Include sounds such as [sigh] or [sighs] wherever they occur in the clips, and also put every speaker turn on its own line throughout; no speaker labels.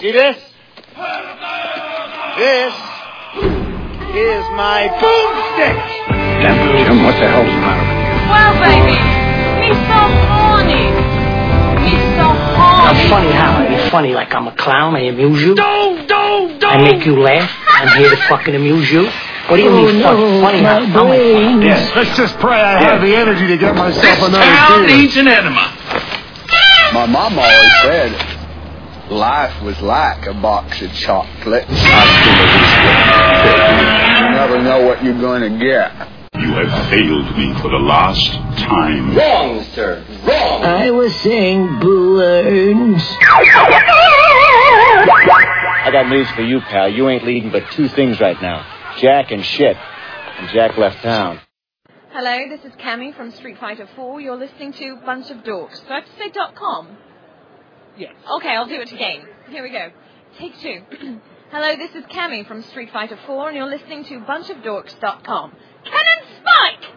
See this? This is my boomstick.
Jim, what the hell's the matter with
Well, baby, me so horny. Me so
I'm
horny.
funny how? I be funny like I'm a clown. I amuse you.
Don't, don't,
I make you laugh. I'm here to fucking amuse you. What do you mean
Oh,
fun- funny how? I'm a funny.
you? Yes. Let's just pray I
have
the energy to get myself
an enema.
My mom always said life was like a box of chocolates. You never know what you're going to get.
You have failed me for the last time.
Wrong, sir. Wrong.
I was saying balloons.
I got news for you, pal. You ain't leading but two things right now Jack and shit. And Jack left town.
Hello, this is Cammy from Street Fighter 4. You're listening to Bunch of Dorks. Do I have to say dot com? Yes. Okay, I'll do it again. Here we go. Take two. [clears throat] Hello, this is Cammy from Street Fighter 4, and you're listening to Bunch of bunchofdorks.com. Cannon Spike!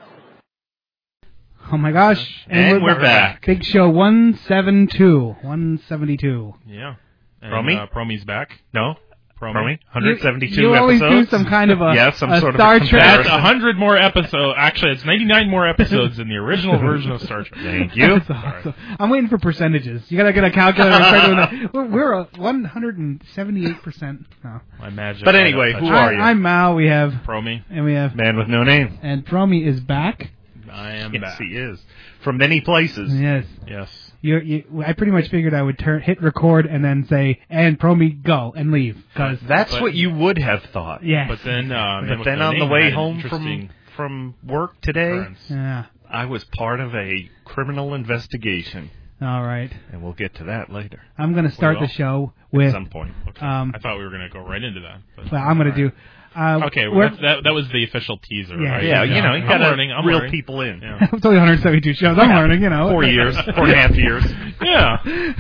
Oh my gosh.
And we're back.
Big Show 172. 172.
Yeah. And,
Promi?
Uh, Promi's back. No. Promi.
Promi? 172
you, you
episodes.
always do some kind of a,
Yeah, some
a
sort of
Star
a
Trek.
That's
comparison.
100 more episodes. Actually, it's 99 more episodes than
[laughs]
the original version of Star Trek.
Thank you.
[laughs] That's awesome. I'm waiting for percentages. You gotta get a calculator. and start doing
[laughs]
that. We're, we're a 178 percent. No,
My magic.
But anyway,
touch.
who
I,
are you?
I'm Mao. We have
Promi.
and we have
Man with no name.
and Promi is back.
I am
Yes,
back.
he is. From many places.
Yes,
Yes.
you, you, I pretty much figured I would turn hit record and then say and Promi go and leave because
That's
But-
what you would have thought.
yes.
But then, uh, Man
But
with
then
No
on the
Name
way
had an
home
interesting
from from work today,
occurrence.
yeah.
I was part of a criminal investigation,
All right.
and we'll get to that later
I'm gonna start
will.
the show
at
with.
some point.
Okay.
Um,
I thought we were going to go right into that. But
Well, I'm gonna do. Uh,
Okay, well,
we're- [laughs]
that's, that, that was the official teaser.
Yeah.
right?
Yeah, you know, you
I'm
got to
learning. I'm
reel
learning.
people in.
Yeah.
it's only 172 shows. I'm
Yeah.
learning, you know.
Four
[laughs]
years, four and a half years.
[laughs] yeah.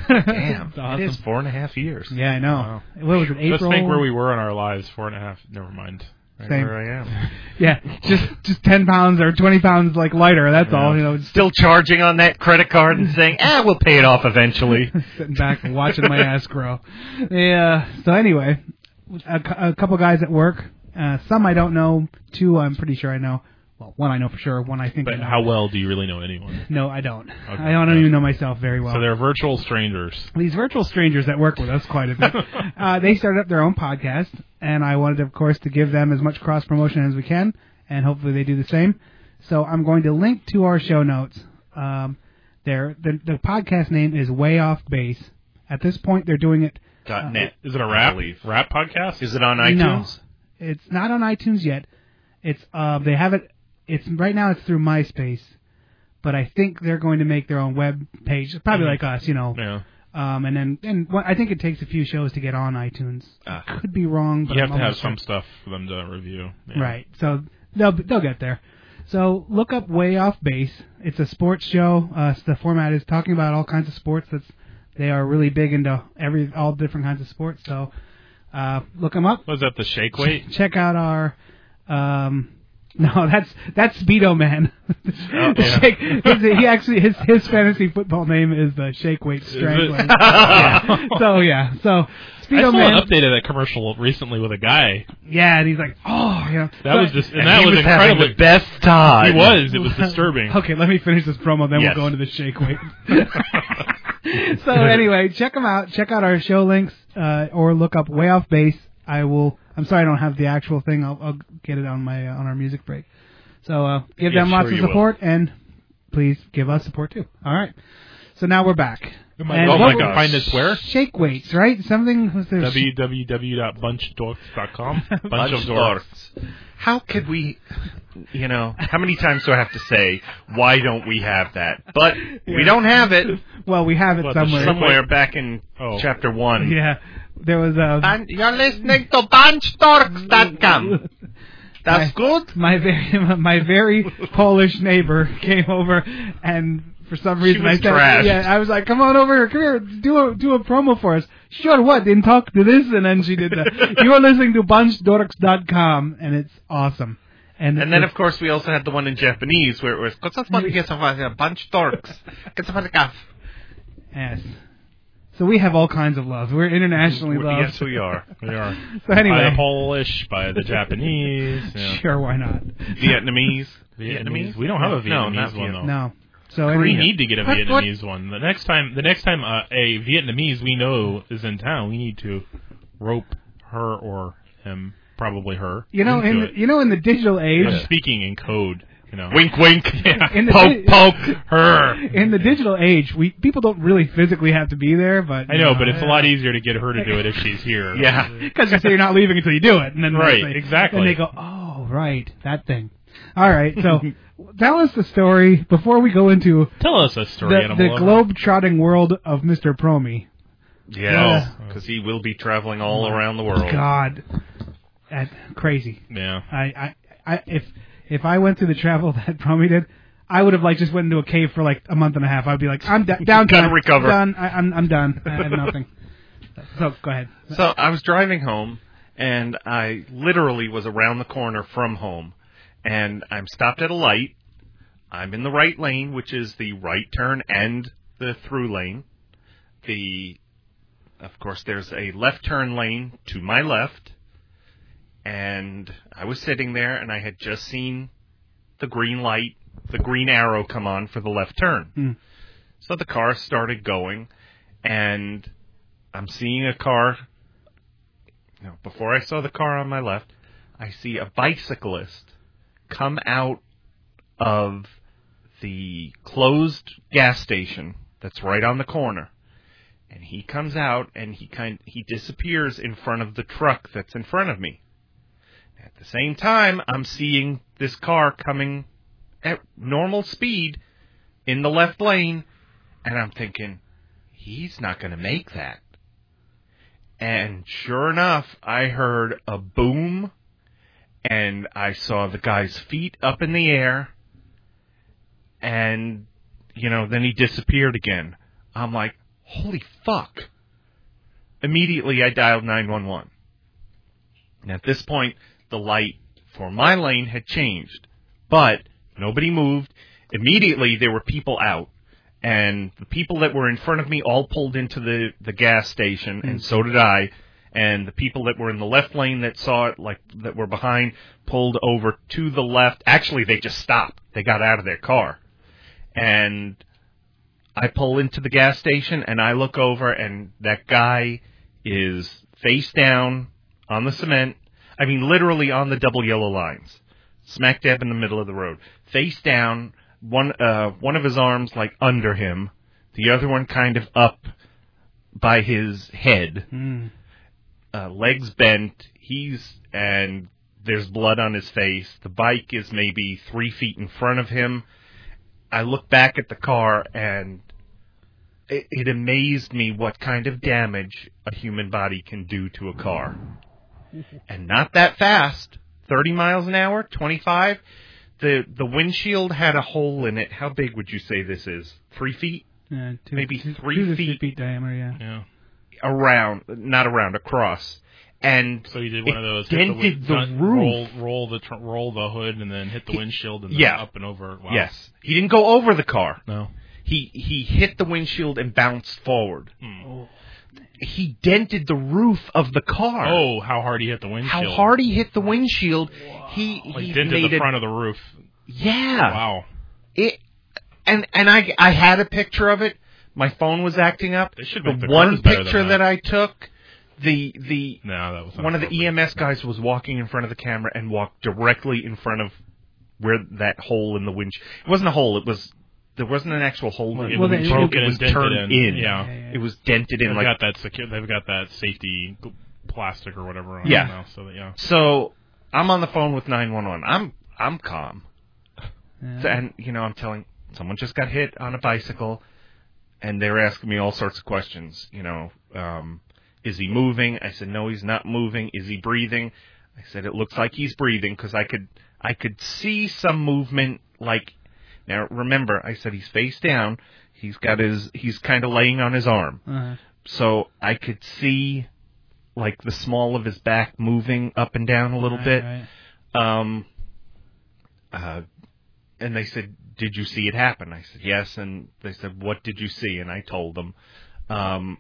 Damn,
It's awesome.
it is four and a half years.
Yeah, I know.
Wow.
What was it? April.
Just think where we were in our lives. Four and a half. Never mind.
Right
Same.
where I am.
Yeah, just just ten pounds or twenty pounds like lighter. That's all. You know,
[laughs]
just
Still charging on that credit card and saying, "Ah, we'll pay it off eventually."
sitting back and watching my ass grow. Yeah. So anyway, a, cou- a couple guys at work. Uh, some I don't know. Two I'm pretty sure I know. Well, one I know for sure. One I think. I
But
know.
how well do you really know anyone?
No, I don't. I don't even know myself very well.
So they're virtual strangers.
these virtual strangers that work with us quite a bit, uh, they started up their own podcast, and I wanted, of course, to give them as much cross promotion as we can, and hopefully they do the same. So I'm going to link to our show notes. Um, their the, the podcast name is Way Off Base. At this point, they're doing it.
Dot net.
Uh, Is it a
I
rap?
believe.
Rap
[laughs]
podcast?
Is it on
No.
iTunes?
It's not on iTunes yet. It's uh, they have it. It's right now. It's through MySpace, but I think they're going to make their own web page, probably like us, you know,
Yeah.
Um, and then, and what, I think it takes a few shows to get on iTunes.
Ah.
I Could be wrong, but
You
I'm
have to have
almost
some stuff for them to review.
sure.
Yeah.
Right. So they'll they'll get there. So look up Way Off Base. It's a sports show. Uh, so the format is talking about all kinds of sports. That's they are really big into every all different kinds of sports. So uh, look them up.
Was that the
[laughs]
shake weight?
Check out our. Um, [laughs] no, that's that's Speedo Man. [laughs] The
Oh, yeah.
Shake- his, he actually his his fantasy football name is the Shake Weight
[laughs]
Strangler.
yeah.
so yeah, so
I
Speedo
saw
Man,
an update of that commercial recently with a guy.
yeah, and he's like, oh, you know,
That
so-
was just, and,
And
that
he
was,
was having
incredibly.
the best time. [laughs]
he was. [laughs] It was disturbing.
Okay, let me finish this promo, then
Yes.
we'll go into the
[laughs]
shake weight. so anyway, check them out. Check out our show links, uh, or look up Way Off Base. I will. I'm sorry, I don't have the actual thing. I'll, I'll get it on my uh, on our music break. So uh, give
Yeah,
them
sure
lots
you
of
will.
support, and please give us support too. All right. So now we're back.
my
And
God.
what
Oh my
were-
God. Find this where?
Shake weights, right? Something was there.
www.bunchdorks.com. Bunch of dorks.
dorks. How could we, you know, how many times do I have to say, why don't we have that? But we don't have it
well, we have it
What, the
somewhere.
somewhere back in
Oh.
chapter one.
[laughs] Yeah, there was uh, a
Bun- you're listening to
[laughs]
bunchdorks.com. That's good.
my very [laughs] my very Polish neighbor came over and for some reason
was
I said
trashed.
yeah I was like come on over here come here do a do a promo for us sure what then talk to this and then she did that you are listening to bunchdorks.com and it's awesome and
And then,
it's-
of course, we also had the one in Japanese where it was
[laughs]
"こっちはつまりゲスはbunch dorks." こっちはつまりゲス
yes So we have all kinds of love. We're internationally
We-
loved.
Yes, we are. We are.
[laughs] So anyway.
By the Polish, by the Japanese, you know,
Sure, why not?
Vietnamese.
Vietnamese? We don't have a
No, not
Vietnamese one, though.
No. So
We
anyway,
need to get a
What- what-
Vietnamese one. The next time, the next time uh, a Vietnamese we know is in town, we need to rope her or him, probably her.
you know,
into
in
it.
the, you know, in the digital age,
I'm speaking in code. You know,
Wink, wink.
[laughs] In the-
poke, poke. Her.
in the digital age, we people don't really physically have to be there, but
I know, but it's a lot easier to get her to do it if she's here.
Yeah.
because you say you're not leaving until you do it, and then
Right,
they-
exactly.
And they go, oh, right, that thing. All right,
[laughs]
so tell us the story before we go into
Tell us a story,
the, the
animal.
globe-trotting world of Mr. Promi.
Yes. Because he will be traveling all around the world.
Oh, God, that crazy.
Yeah.
I, I, I, if if I went through the travel [laughs] that Promi did, I would have like just went into a cave for like a month and a half. I'd be like,
[laughs]
I'm d- down.
Gotta
time.
recover.
Done. I, I'm I'm done. I
[laughs]
have nothing. so go ahead.
So I was driving home, and I literally was around the corner from home, and I'm stopped at a light. I'm in the right lane, which is the right turn and the through lane. The, of course, there's a left turn lane to my left, and I was sitting there, and I had just seen the green light, the green arrow come on for the left turn.
Hmm.
So the car started going, and I'm seeing a car. No, before I saw the car on my left, I see a bicyclist come out of the closed gas station that's right on the corner. And he comes out and he kind he disappears in front of the truck that's in front of me. At the same time, I'm seeing this car coming at normal speed in the left lane and I'm thinking he's not going to make that. And sure enough, I heard a boom and I saw the guy's feet up in the air and you know, then he disappeared again. I'm like, "Holy fuck." Immediately I dialed 911. And at this point, the light for my lane had changed, but nobody moved. Immediately there were people out and the people that were in front of me all pulled into the, the gas station, and so did I. And the people that were in the left lane that saw it, like that were behind, pulled over to the left. Actually, they just stopped. They got out of their car, and I pull into the gas station, and I look over, and that guy is face down on the cement. I mean, literally on the double yellow lines smack dab in the middle of the road, face down, one uh, one of his arms like under him, the other one kind of up by his head,
Hmm.
uh, legs bent. He's and there's blood on his face. The bike is maybe three feet in front of him. I look back at the car and. It, it amazed me what kind of damage a human body can do to a car and not that fast. 30 miles an hour, 25. The the windshield had a hole in it. How big would you say this is? Three feet
Yeah, Uh, two,
Maybe
two-
three
two to
feet.
feet diameter. Yeah.
Yeah.
around, not around, across. And
So you did one
It
of those. hit win-
dented the
not-
roof.
Roll, roll the tr- roll the hood and then hit the
He-
windshield and then
yeah.
up and over. Wow.
yes, he didn't go over the car.
Oh. No.
He he hit the windshield and bounced forward.
Hmm.
He dented the roof of the car.
Oh, how hard he hit the windshield.
How hard he hit the windshield. He
Like
he
dented
made
the
a-
front of the roof.
yeah.
Wow.
it and and I I had a picture of it. My phone was acting up.
They should
the
make the
one
cars better than
picture
that.
that. I took, the the
No, that was
one of the E
inappropriate.
EMS guys was walking in front of the camera and walked directly in front of where that hole in the winch. It wasn't a hole. It was there wasn't an actual hole. in
It
the
Well,
was
they-
windshield.
broken
It was
and dented
turned
in.
in.
Yeah.
yeah.
It was dented in
They've
like
got that secure. They've got that safety gl- plastic or whatever on
Yeah.
it now. So that, yeah.
So I'm on the phone with 911. I'm I'm calm, So- and you know I'm telling someone just got hit on a bicycle, and they're asking me all sorts of questions. You know, um, is he moving? I said no, he's not moving. Is he breathing? I said it looks like he's breathing because I could I could see some movement. Like now, remember I said he's face down. He's got his he's kind of laying on his arm
Uh,
so I could see like the small of his back moving up and down a little
right,
bit.
right.
Um, uh, and they said, "Did you see it happen?" I said, "Yes." And they said, "What did you see?" And I told them. Um,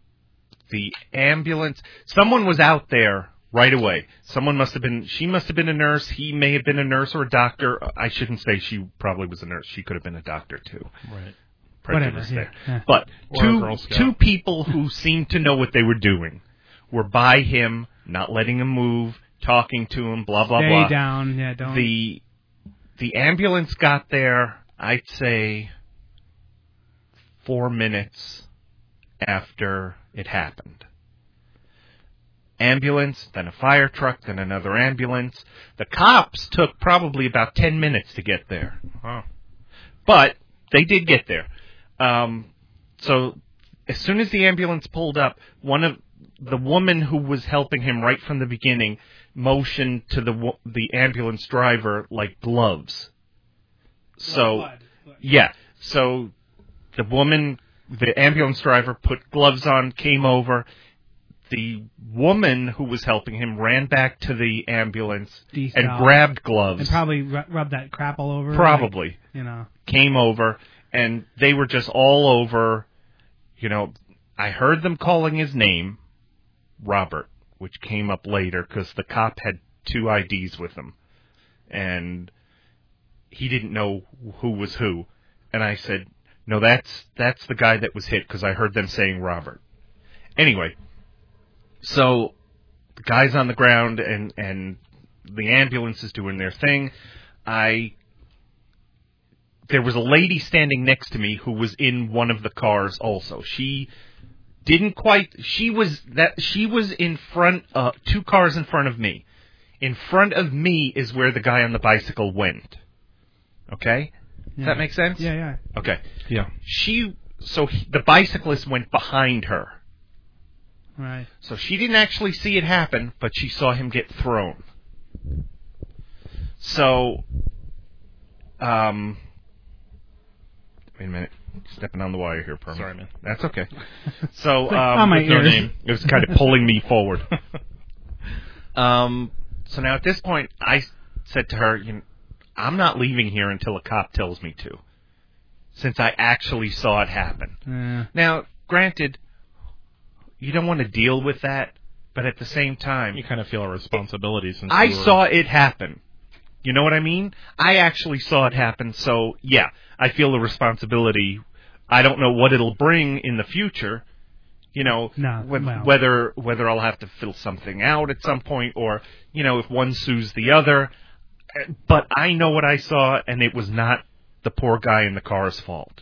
the ambulance. Someone was out there right away. Someone must have been. She must have been a nurse. He may have been a nurse or a doctor. I shouldn't say she probably was a nurse. She could have been a doctor too.
Right.
Prejudice
Whatever,
there.
yeah, yeah.
But
Or a Girl
two
Scout.
two people who [laughs] seemed to know what they were doing were by him, not letting him move, talking to him, blah blah
Stay
blah
down. Yeah, don't.
the the ambulance got there i'd say four minutes after it happened ambulance then a fire truck then another ambulance the cops took probably about ten minutes to get there
Wow.
but they did get there um, so as soon as the ambulance pulled up one of the woman who was helping him right from the beginning motioned to the wo- the ambulance driver like gloves. So yeah, so the woman, the ambulance driver put gloves on, came over. The woman who was helping him ran back to the ambulance and
Desalved.
grabbed gloves.
and probably ru- rub that crap all over.
probably
like, you know.
came over and they were just all over you know i heard them calling his name robert which came up later because the cop had two ids with him and he didn't know who was who and i said no that's that's the guy that was hit because i heard them saying robert anyway so the guy's on the ground and and the ambulance is doing their thing i there was a lady standing next to me who was in one of the cars also. She didn't quite she was that she was in front uh two cars in front of me. In front of me is where the guy on the bicycle went. Okay? Does
Yeah.
that make sense?
Yeah, yeah.
Okay.
Yeah.
She so he, the bicyclist went behind her.
Right.
So she didn't actually see it happen, but she saw him get thrown. So, um, wait a minute, stepping on the wire here, Perman.
Sorry, man.
That's
[laughs]
okay. So, um,
on "Oh, my
with no
ears.
name, it was kind of pulling me
[laughs]
forward. Um, so now at this point, I s- said to her, you know, I'm not leaving here until a cop tells me to, since I actually saw it happen.
Yeah.
Now, granted, you don't want to deal with that, but at the same time,
You kind of feel a responsibility since
I
you were-
saw it happen. You know what I mean? I actually saw it happen, so yeah, I feel the responsibility. I don't know what it'll bring in the future. You know,
No,
whe-
well.
whether whether I'll have to fill something out at some point, or you know, if one sues the other. Uh, But I know what I saw, and it was not the poor guy in the car's fault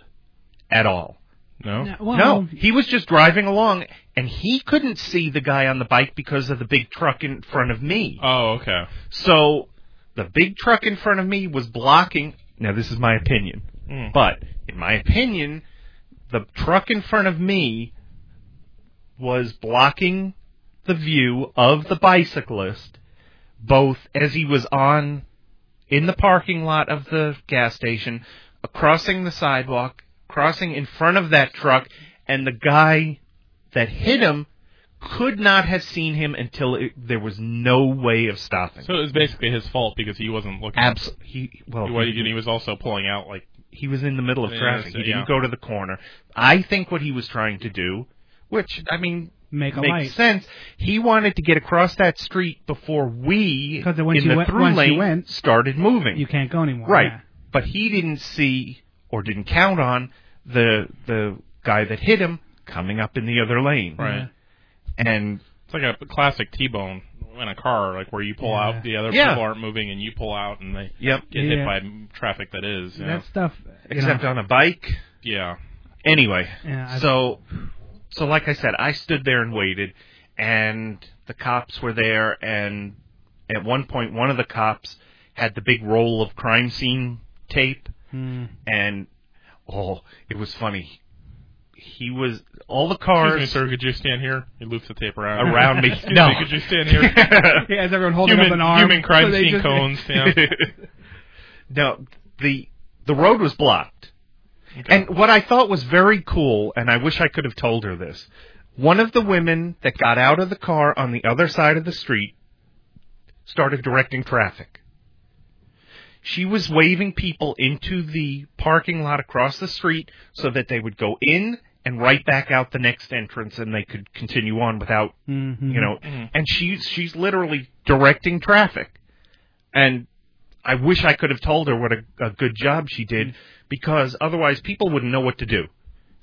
at all.
No.
No, well,
No, he was just driving along, and he couldn't see the guy on the bike because of the big truck in front of me.
Oh, okay.
So the big truck in front of me was blocking. Now, this is my opinion,
Mm.
but in my opinion, the truck in front of me was blocking the view of the bicyclist, both as he was on in the parking lot of the gas station, crossing the sidewalk, crossing in front of that truck, and the guy that hit him could not have seen him until it, there was no way of stopping.
So it was basically his fault because he wasn't looking.
Abs- he well,
Well, and he was also pulling out like
he was in the middle of
Yeah,
traffic.
so,
he
yeah.
didn't go to the corner. I think what he was trying to do, which I mean
Make a
makes
light.
sense, he wanted to get across that street before we
'Cause once
in
you
the
went-
through
once you
lane
went-
started moving.
You can't go anymore.
right,
yeah.
but he didn't see or didn't count on the the guy that hit him coming up in the other lane.
right.
and
It's like a classic T-bone in a car, like where you pull
Yeah.
out, the other
Yeah.
people aren't moving, and you pull out, and they
yep,
get
Yeah.
hit by m- traffic that is. You know?
That stuff. you
except
know,
on a bike.
yeah.
Anyway,
Yeah, I-
so so like I said, I stood there and waited, and the cops were there, and at one point, one of the cops had the big roll of crime scene tape,
mm,
and oh, it was funny. He was all the
Excuse me,
cars
sir. Could you stand here? He loops the tape around.
around me.
[laughs] Excuse
no,
me, could you stand
[laughs]
here?
yeah, as everyone holding up
human,
an arm.
human crime
so they
scene
just-
cones. Yeah.
no, the the road was blocked. And what I thought was very cool, and I wish I could have told her this, one of the women that got out of the car on the other side of the street started directing traffic. She was waving people into the parking lot across the street so that they would go in and right back out the next entrance, and they could continue on without
[laughs] Mm-hmm.
you know and she's she's literally directing traffic and i wish i could have told her what a, a good job she did because otherwise people wouldn't know what to do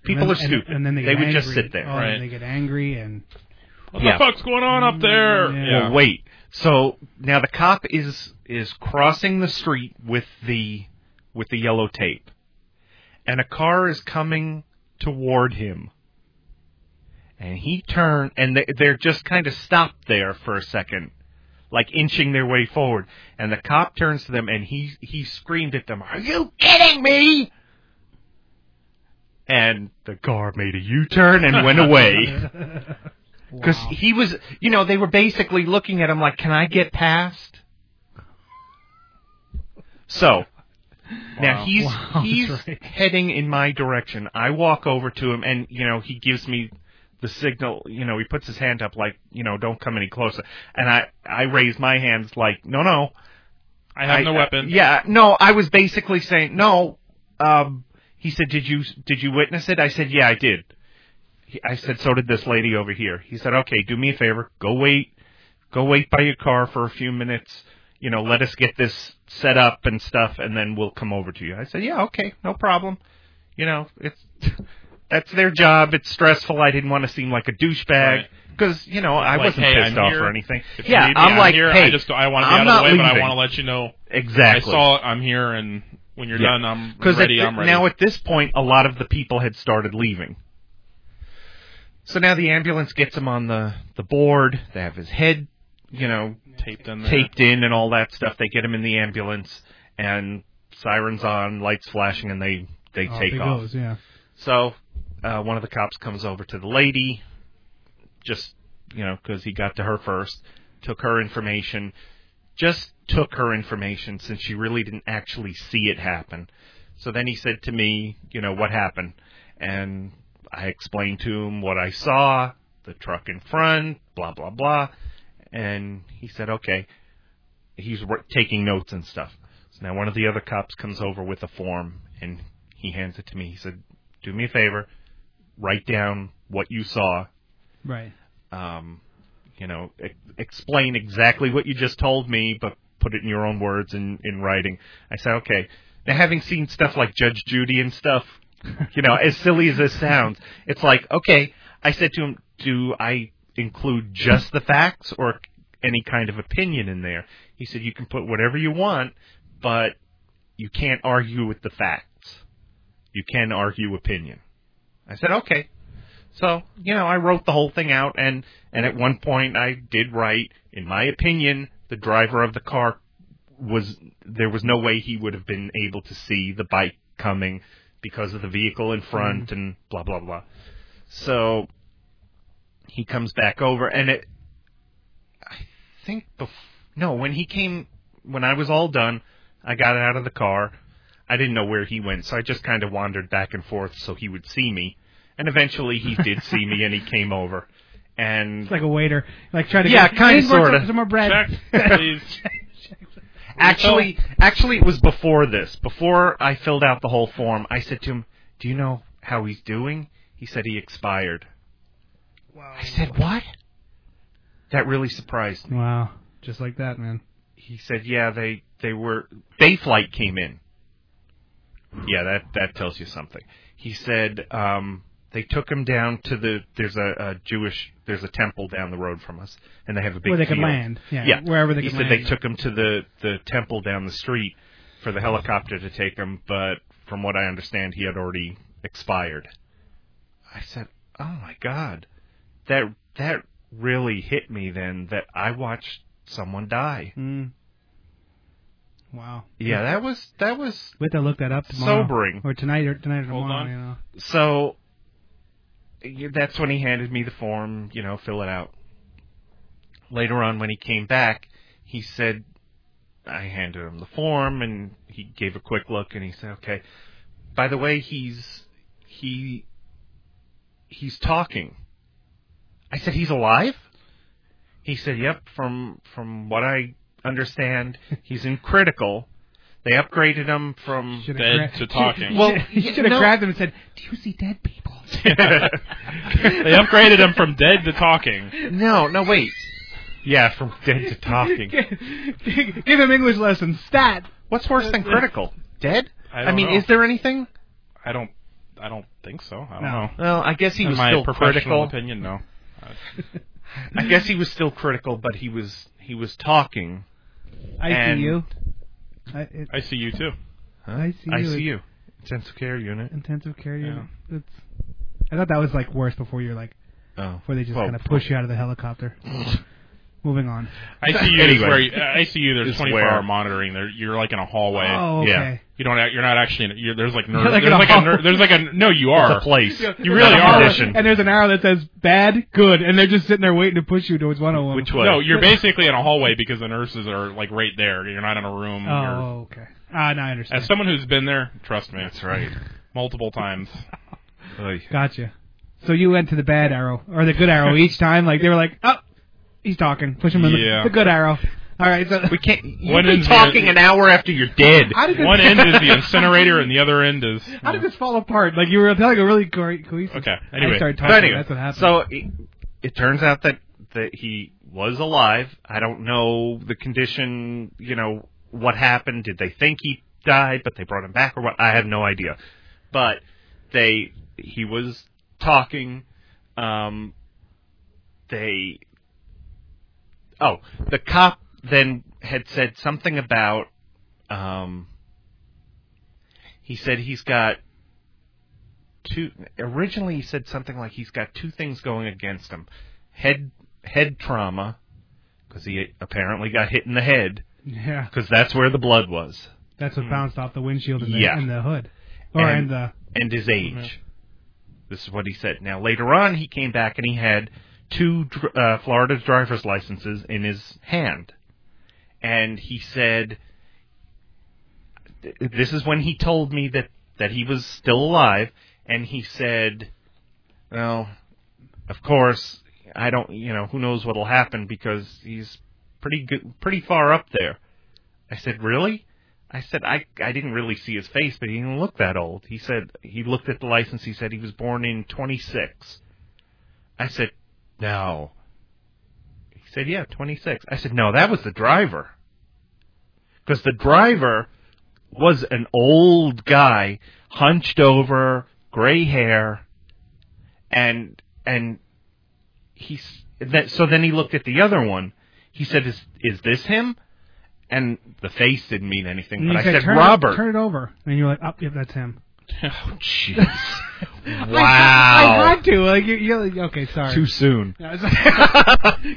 people
Mm-hmm. and,
are
then-
stupid
And, and then they, get
would
angry.
just sit there
Oh,
right.
and they get angry and
What
Yeah.
the fuck's going on up there?
Mm,
Yeah.
well, wait so now the cop is is crossing the street with the with the yellow tape and a car is coming toward him and he turned and they, they're just kind of stopped there for a second like inching their way forward and the cop turns to them and he he screamed at them are you kidding me and the car made a u-turn and went away because
[laughs] Wow.
he was you know they were basically looking at him like can i get past so now he's
Wow,
he's
that's right.
heading in my direction i walk over to him and you know he gives me the signal you know he puts his hand up like you know don't come any closer and i i raise my hands like no no
I have no
I- uh,
weapon.
yeah, no, I was basically saying no. Um, he said, "Did you did you witness it?" I said, "Yeah, I did." He, I said, "So did this lady over here." He said, "Okay, do me a favor. Go wait, go wait by your car for a few minutes. You know, let us get this set up and stuff, and then we'll come over to you." I said, "Yeah, okay, no problem. You know, it's [laughs] that's their job. It's stressful. I didn't want to seem like a douchebag."
Right.
Because you know I
like,
wasn't
hey,
pissed
I'm
off
here.
or anything.
If you
yeah,
need me,
I'm like,
here.
hey,
I just I want to be
I'm
out of
not
the way, but I
leaving.
want to let you know
exactly.
I saw it. I'm here, and when you're
Yeah.
done, I'm
Because
ready. I'm ready.
now at this point, a lot of the people had started leaving. So now the ambulance gets him on the the board. They have his head, you know,
taped in there.
taped in and all that stuff. They get him in the ambulance, and sirens on, lights flashing, and they they
off
take
he
off.
goes. Yeah.
So uh, one of the cops comes over to the lady, just you know, because he got to her first, took her information, just took her information since she really didn't actually see it happen. So then he said to me, you know, what happened, and I explained to him what I saw, the truck in front, blah blah blah, and he said, okay. He's wor- taking notes and stuff. So now one of the other cops comes over with a form and he hands it to me. He said, do me a favor, write down what you saw.
Right.
Um, you know, e- explain exactly what you just told me, but put it in your own words in in writing. I said, okay. Now, having seen stuff like Judge Judy and stuff, you know, as silly as this sounds, it's like, okay. I said to him, do I include just the facts or any kind of opinion in there? He said, you can put whatever you want, but you can't argue with the facts. You can argue opinion. I said, okay. So, you know, I wrote the whole thing out and, and at one point I did write, in my opinion, the driver of the car was, there was no way he would have been able to see the bike coming because of the vehicle in front
Mm-hmm.
and blah, blah, blah. So he comes back over and it, I think bef- no, when he came, when I was all done, I got out of the car. I didn't know where he went, so I just kind of wandered back and forth so he would see me. And eventually he did see me and he came over. And
It's like a waiter, like trying to
Yeah,
get,
kinda,
Hey, what's up?
sorta.
some more bread.
[laughs]
Check, please.
actually, actually it was before this. Before I filled out the whole form, I said to him, "Do you know how he's doing?" He said he expired.
Wow.
I said, "What?" That really surprised me.
Wow. Just like that, man.
He said, "Yeah, they they were day flight came in." Yeah, that that tells you something. He said um, they took him down to the there's a, a Jewish there's a temple down the road from us, and they have a big
Where they could
field.
land. Yeah.
Yeah.
Wherever they
he
could
said
land.
they took him to the the temple down the street for the helicopter to take him, but from what I understand, he had already expired. I said, "Oh my god, that that really hit me then that I watched someone die."
Mm. Wow.
Yeah, that was that was
We have to look that up tomorrow.
Sobering.
Or tonight or tonight or
Hold
tomorrow,
on.
you know.
so. yeah, That's when he handed me the form, you know, fill it out. Later on, when he came back, he said, I handed him the form, and he gave a quick look, and he said, "Okay." By the way, he's he he's [laughs] talking. I said, "He's alive." He said, "Yep." From from what I understand, he's in critical. They upgraded him from
Should've
Dead to talking.
Well, [laughs]
Yeah,
you should have
no.
grabbed him and said, "Do you see dead people?"
they
[laughs]
upgraded him from dead to talking.
No, no, wait. Yeah, from dead to talking.
[laughs] Give give him English lessons. Stat.
What's worse than critical? Dead?
[laughs] I
I,
don't
mean,
know.
is there anything?
I don't. I don't think so. I don't
No.
know.
Well, I guess he
In
was
my
still
professional
critical.
opinion, no.
I guess he was still critical, but he was he was talking.
I
And-
see you. I, it,
I see
[laughs]
you too.
I see you.
ICU, intensive care unit.
Intensive care unit.
Yeah.
It's- I thought that was like worse before you're like
Oh,
before they just
Well,
kind of push you out of the helicopter. Moving on.
ICU is
Anyway.
where you, uh, ICU. There's
Is
24
where-
hour monitoring. There, you're like in a hallway.
Oh,
yeah.
okay.
You don't. act- You're not actually. In, a- you're, there's like nerve.
like in
there's
a
like a.
hall-
ner- there's like a. No, you
It's
are.
a [laughs] place.
You really
Not a
are.
condition.
And there's an arrow that says bad, good, and they're just sitting there waiting to push you towards 101.
Which way?
No, [laughs] you're basically in a hallway because the nurses are like right there. You're not in a room. You're-
Oh, okay. Ah, now I understand.
as someone who's been there, trust me,
That's right.
multiple times.
[laughs] Oy.
Gotcha. So you went to the bad arrow or the good arrow each time. Like they were like, oh, he's talking. Push him in
Yeah.
the, the good arrow. All right. So
We can't. You've
When
been
is
talking
the-
an hour after you're dead.
how did this,
One end is [laughs] the incinerator, and the other end is.
[laughs]
hmm.
How did this fall apart? Like you were telling a really great cohesive.
Okay.
I
Anyway.
started
But
talking.
anyway,
that's what happened.
So it, it turns out that that he was alive. I don't know the condition. You know what happened? Did they think he died, but they brought him back, or what? I have no idea. But they he was talking. Um, they oh the cop then had said something about um he said he's got two originally he said something like he's got two things going against him head head trauma because he apparently got hit in the head
yeah,
because that's where the blood was
that's what bounced off the windshield and the,
Hmm. Yeah.
and the hood, or
And-
in the
and his age this is what he said now later on he came back and he had two dr- uh, florida driver's licenses in his hand and he said th- this is when he told me that that he was still alive and he said well of course i don't you know who knows what'll happen because he's pretty good pretty far up there i said really i said i i didn't really see his face but he didn't look that old he said he looked at the license he said he was born in 26 i said no he said yeah 26 i said no that was the driver because the driver was an old guy, hunched over, gray hair, and and he's that. So then he looked at the other one. He said, "Is is this him?" And the face didn't mean anything.
And
But
you
I said,
turn
"Robert."
It, turn it over, and you're like, oh, yep, that's him.
oh, jeez.
[laughs] I-
wow.
I, had to. Like you, you okay? Sorry.
Too
[laughs]
soon.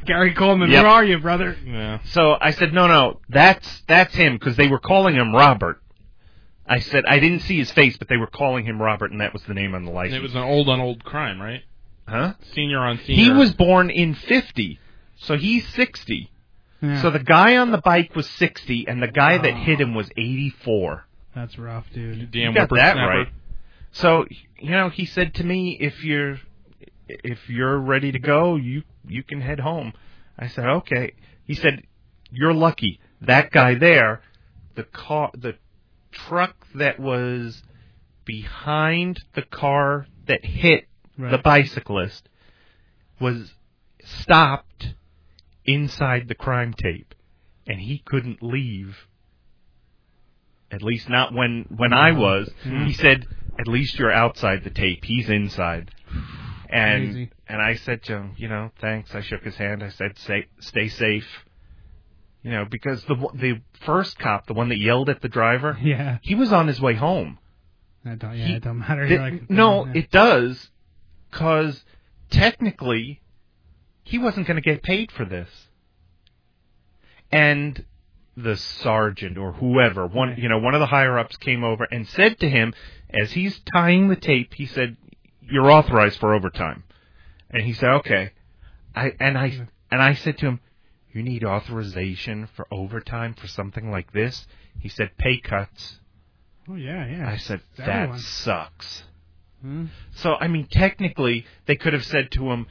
Gary Coleman,
Yep.
where are you, brother?
Yeah.
So I said, "No, no, that's that's him," because they were calling him Robert. I said I didn't see his face, but they were calling him Robert, and that was the name on the
And
license.
it was an old on old crime, right?
huh?
Senior on senior.
He was born in 50, so he's 60.
Yeah,
So the guy on the bike was 60, and the guy that
Oh.
hit him was 84.
that's rough, dude.
damn
You got that
whippersnapper.
right. So you know, he said to me, "If you're if you're ready to go, you you can head home." I said, "Okay." He said, "You're lucky. That guy there, the car, the truck that was behind the car that hit
Right.
the bicyclist was stopped inside the crime tape and he couldn't leave at least not when when I
Mm-hmm.
was he said at least you're outside the tape he's
[sighs]
inside and
Crazy.
and I said to him you know thanks I shook his hand I said stay, stay safe you know because the one- the first cop the one that yelled at the driver
Yeah,
he was on his way home
that don't. Yeah,
He-
it don't matter.
Th-
You're like,
no,
yeah.
it does, because technically, he wasn't going to get paid for this. And the sergeant or whoever, one you know, one of the higher ups came over and said to him, as he's tying the tape, he said, "You're authorized for overtime," and he said, "Okay." I and I and I said to him, "You need authorization for overtime for something like this." He said, "Pay cuts."
Oh yeah, yeah.
I said,
It's
that
everyone.
sucks.
Hmm.
So, I mean, technically, they could have said to him,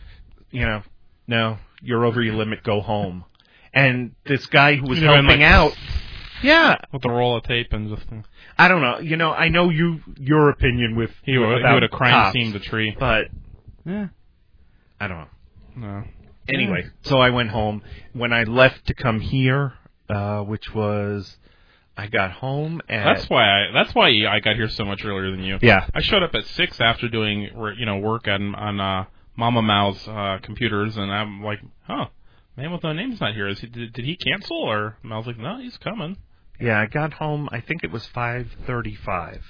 you know, no, you're over your limit, go home. And this guy who was
You'd have been
helping
like-
out Yeah,
with a roll of tape and just uh,
I don't know. You know, I know you your opinion with
he would, he
without
would have crime
cops,
seen the tree.
but
Yeah.
I don't know.
No.
Anyway, so I went home. When I left to come here, uh, which was, I got home at
That's why I, that's why I got here so much earlier than you.
yeah
I showed up at six after doing wor- you know work on on uh, Mama Mao's uh, computers, and I'm like, huh, man with no name's not here. Is he, did, did he cancel or? And I was like, no, he's coming.
yeah I got home. I think it was five thirty-five.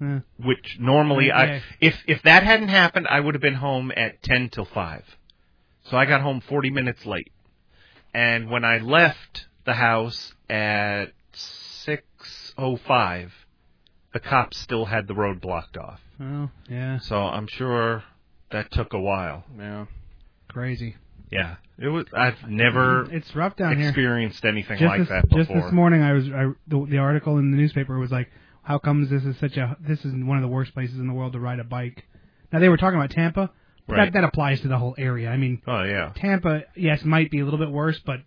Yeah.
Which normally
Yeah.
I if if that hadn't happened, I would have been home at ten till five. So I got home forty minutes late, and when I left the house at six oh five, the cops still had the road blocked off.
Oh, yeah.
So I'm sure that took a while.
Yeah.
Crazy.
Yeah, it was. I've never
It's rough down here.
experienced anything
Just
like
this,
that
just
before.
this morning, I was I, the, the article in the newspaper was like, "How comes this is such a this is one of the worst places in the world to ride a bike?" Now they were talking about Tampa, but
Right.
that, that applies to the whole area. I mean,
oh yeah.
Tampa, yes, might be a little bit worse, but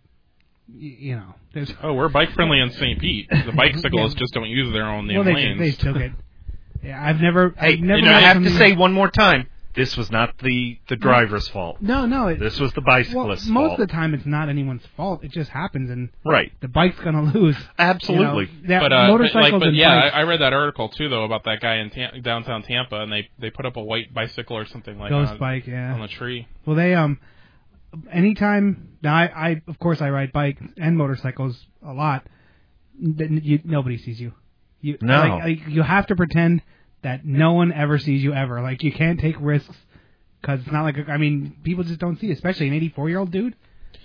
y- you know,
[laughs]
there's
Oh, we're bike friendly in St. Pete. The bicyclists just don't use their own damn
well, they,
lanes.
they took it. Yeah, I've never.
[laughs] Hey,
I've never
you know, I
ridden
have to
something-
say one more time, this was not the the driver's fault.
no, no. It,
This was the
well,
bicyclist's
most
fault.
of the time, it's not anyone's fault. It just happens, and
right.
the bike's gonna lose. you know.
[laughs] Absolutely.
that
but, uh,
motorcycles
but, like, but
and
yeah,
bikes
I, I read that article too though about that guy in Tam- downtown Tampa, and they they put up a white bicycle or something like
ghost
on,
bike. Yeah.
on the tree.
Well, they um, anytime now I, I of course I ride bikes and motorcycles a lot. N- You, nobody sees you. You
No.
like, like, you have to pretend that no one ever sees you ever. Like you can't take risks because it's not like I mean people just don't see, you, especially an 84 year old dude.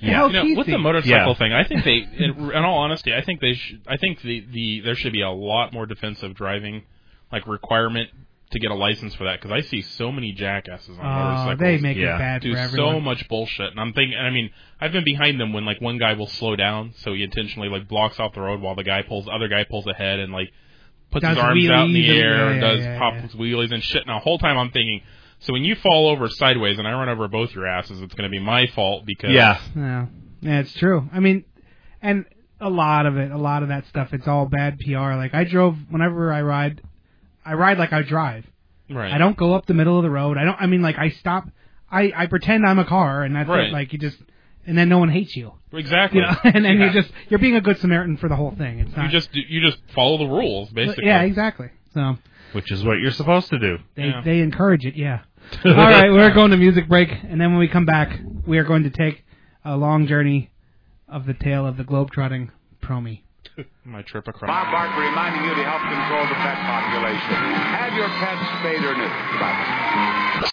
The
Yeah.
hell
You know,
he
with the
sees?
motorcycle
Yeah.
thing, I think they, in, in all honesty, I think they, sh- I think the, the there should be a lot more defensive driving, like requirement to get a license for that because I see so many jackasses on
Oh,
motorcycles.
they make
Yeah.
it bad
do
for
so
everyone.
much bullshit, and I'm thinking. I mean, I've been behind them when like one guy will slow down, so he intentionally like blocks off the road while the guy pulls, other guy pulls ahead, and like puts
Does
his arms out in the
wheelies and-
air
yeah,
and
yeah,
does
yeah,
pop
yeah.
his wheelies and shit. And the whole time I'm thinking, so when you fall over sideways and I run over both your asses, it's going to be my fault because
Yeah.
yeah. yeah, it's true. I mean, and a lot of it, a lot of that stuff, it's all bad PR. Like I drove whenever I ride, I ride like I drive.
right.
I don't go up the middle of the road. I don't. I mean, like I stop. I I pretend I'm a car, and that's
Right.
it. Like you just, and then no one hates you. [laughs]
Exactly.
You
[laughs]
know, and then
Yeah.
you're just you're being a good Samaritan for the whole thing. It's
you
not.
just you just follow the rules basically.
yeah, exactly. So
Which is what you're supposed to do.
they
Yeah.
they encourage it.
[laughs]
Yeah. All right, we're going to music break, and then when we come back, we are going to take a long journey of the tale of the globetrotting promi.
My trip
Bob
across.
Barker reminding you to help control the pet population. Have your pets spayed or neutered. Bye.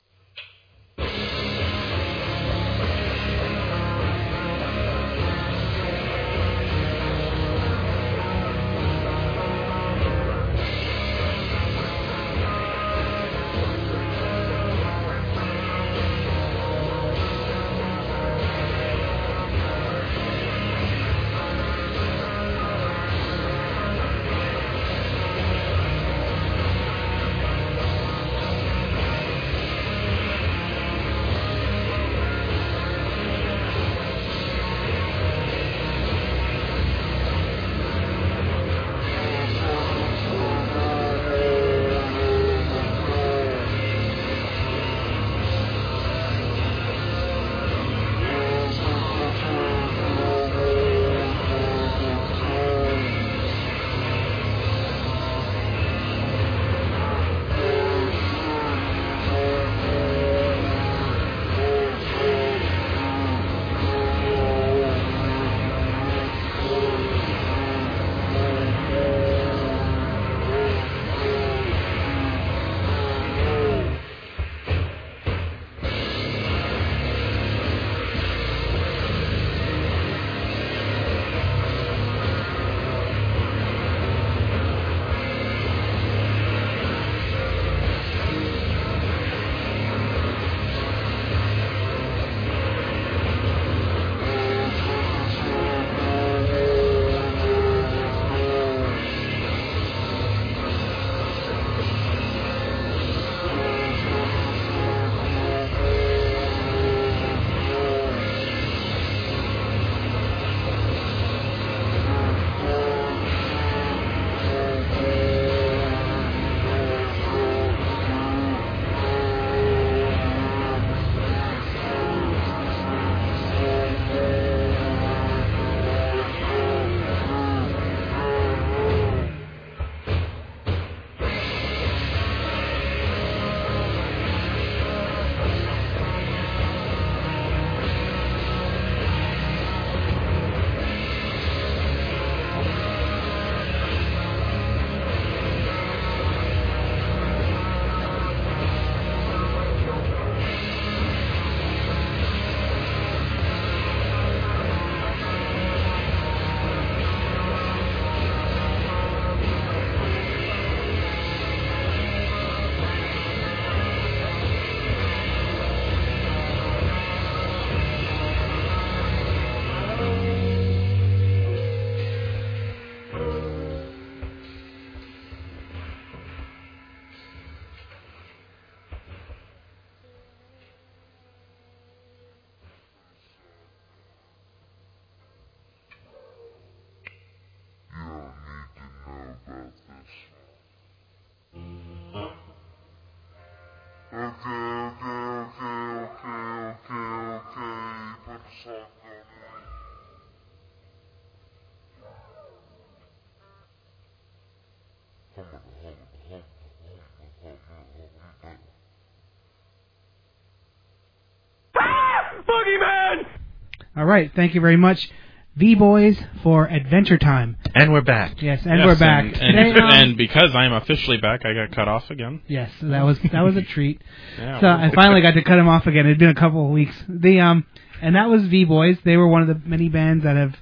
All right. Thank you very much, V Boys, for Adventure Time.
And we're back.
Yes, and
Yes,
we're back.
And,
Today,
and,
um,
and because I am officially back, I got cut off again.
yes, that was that was a treat.
[laughs] Yeah,
So
well,
I finally got to cut him off again. It'd been a couple of weeks. The um, and that was V Boys. They were one of the many bands that have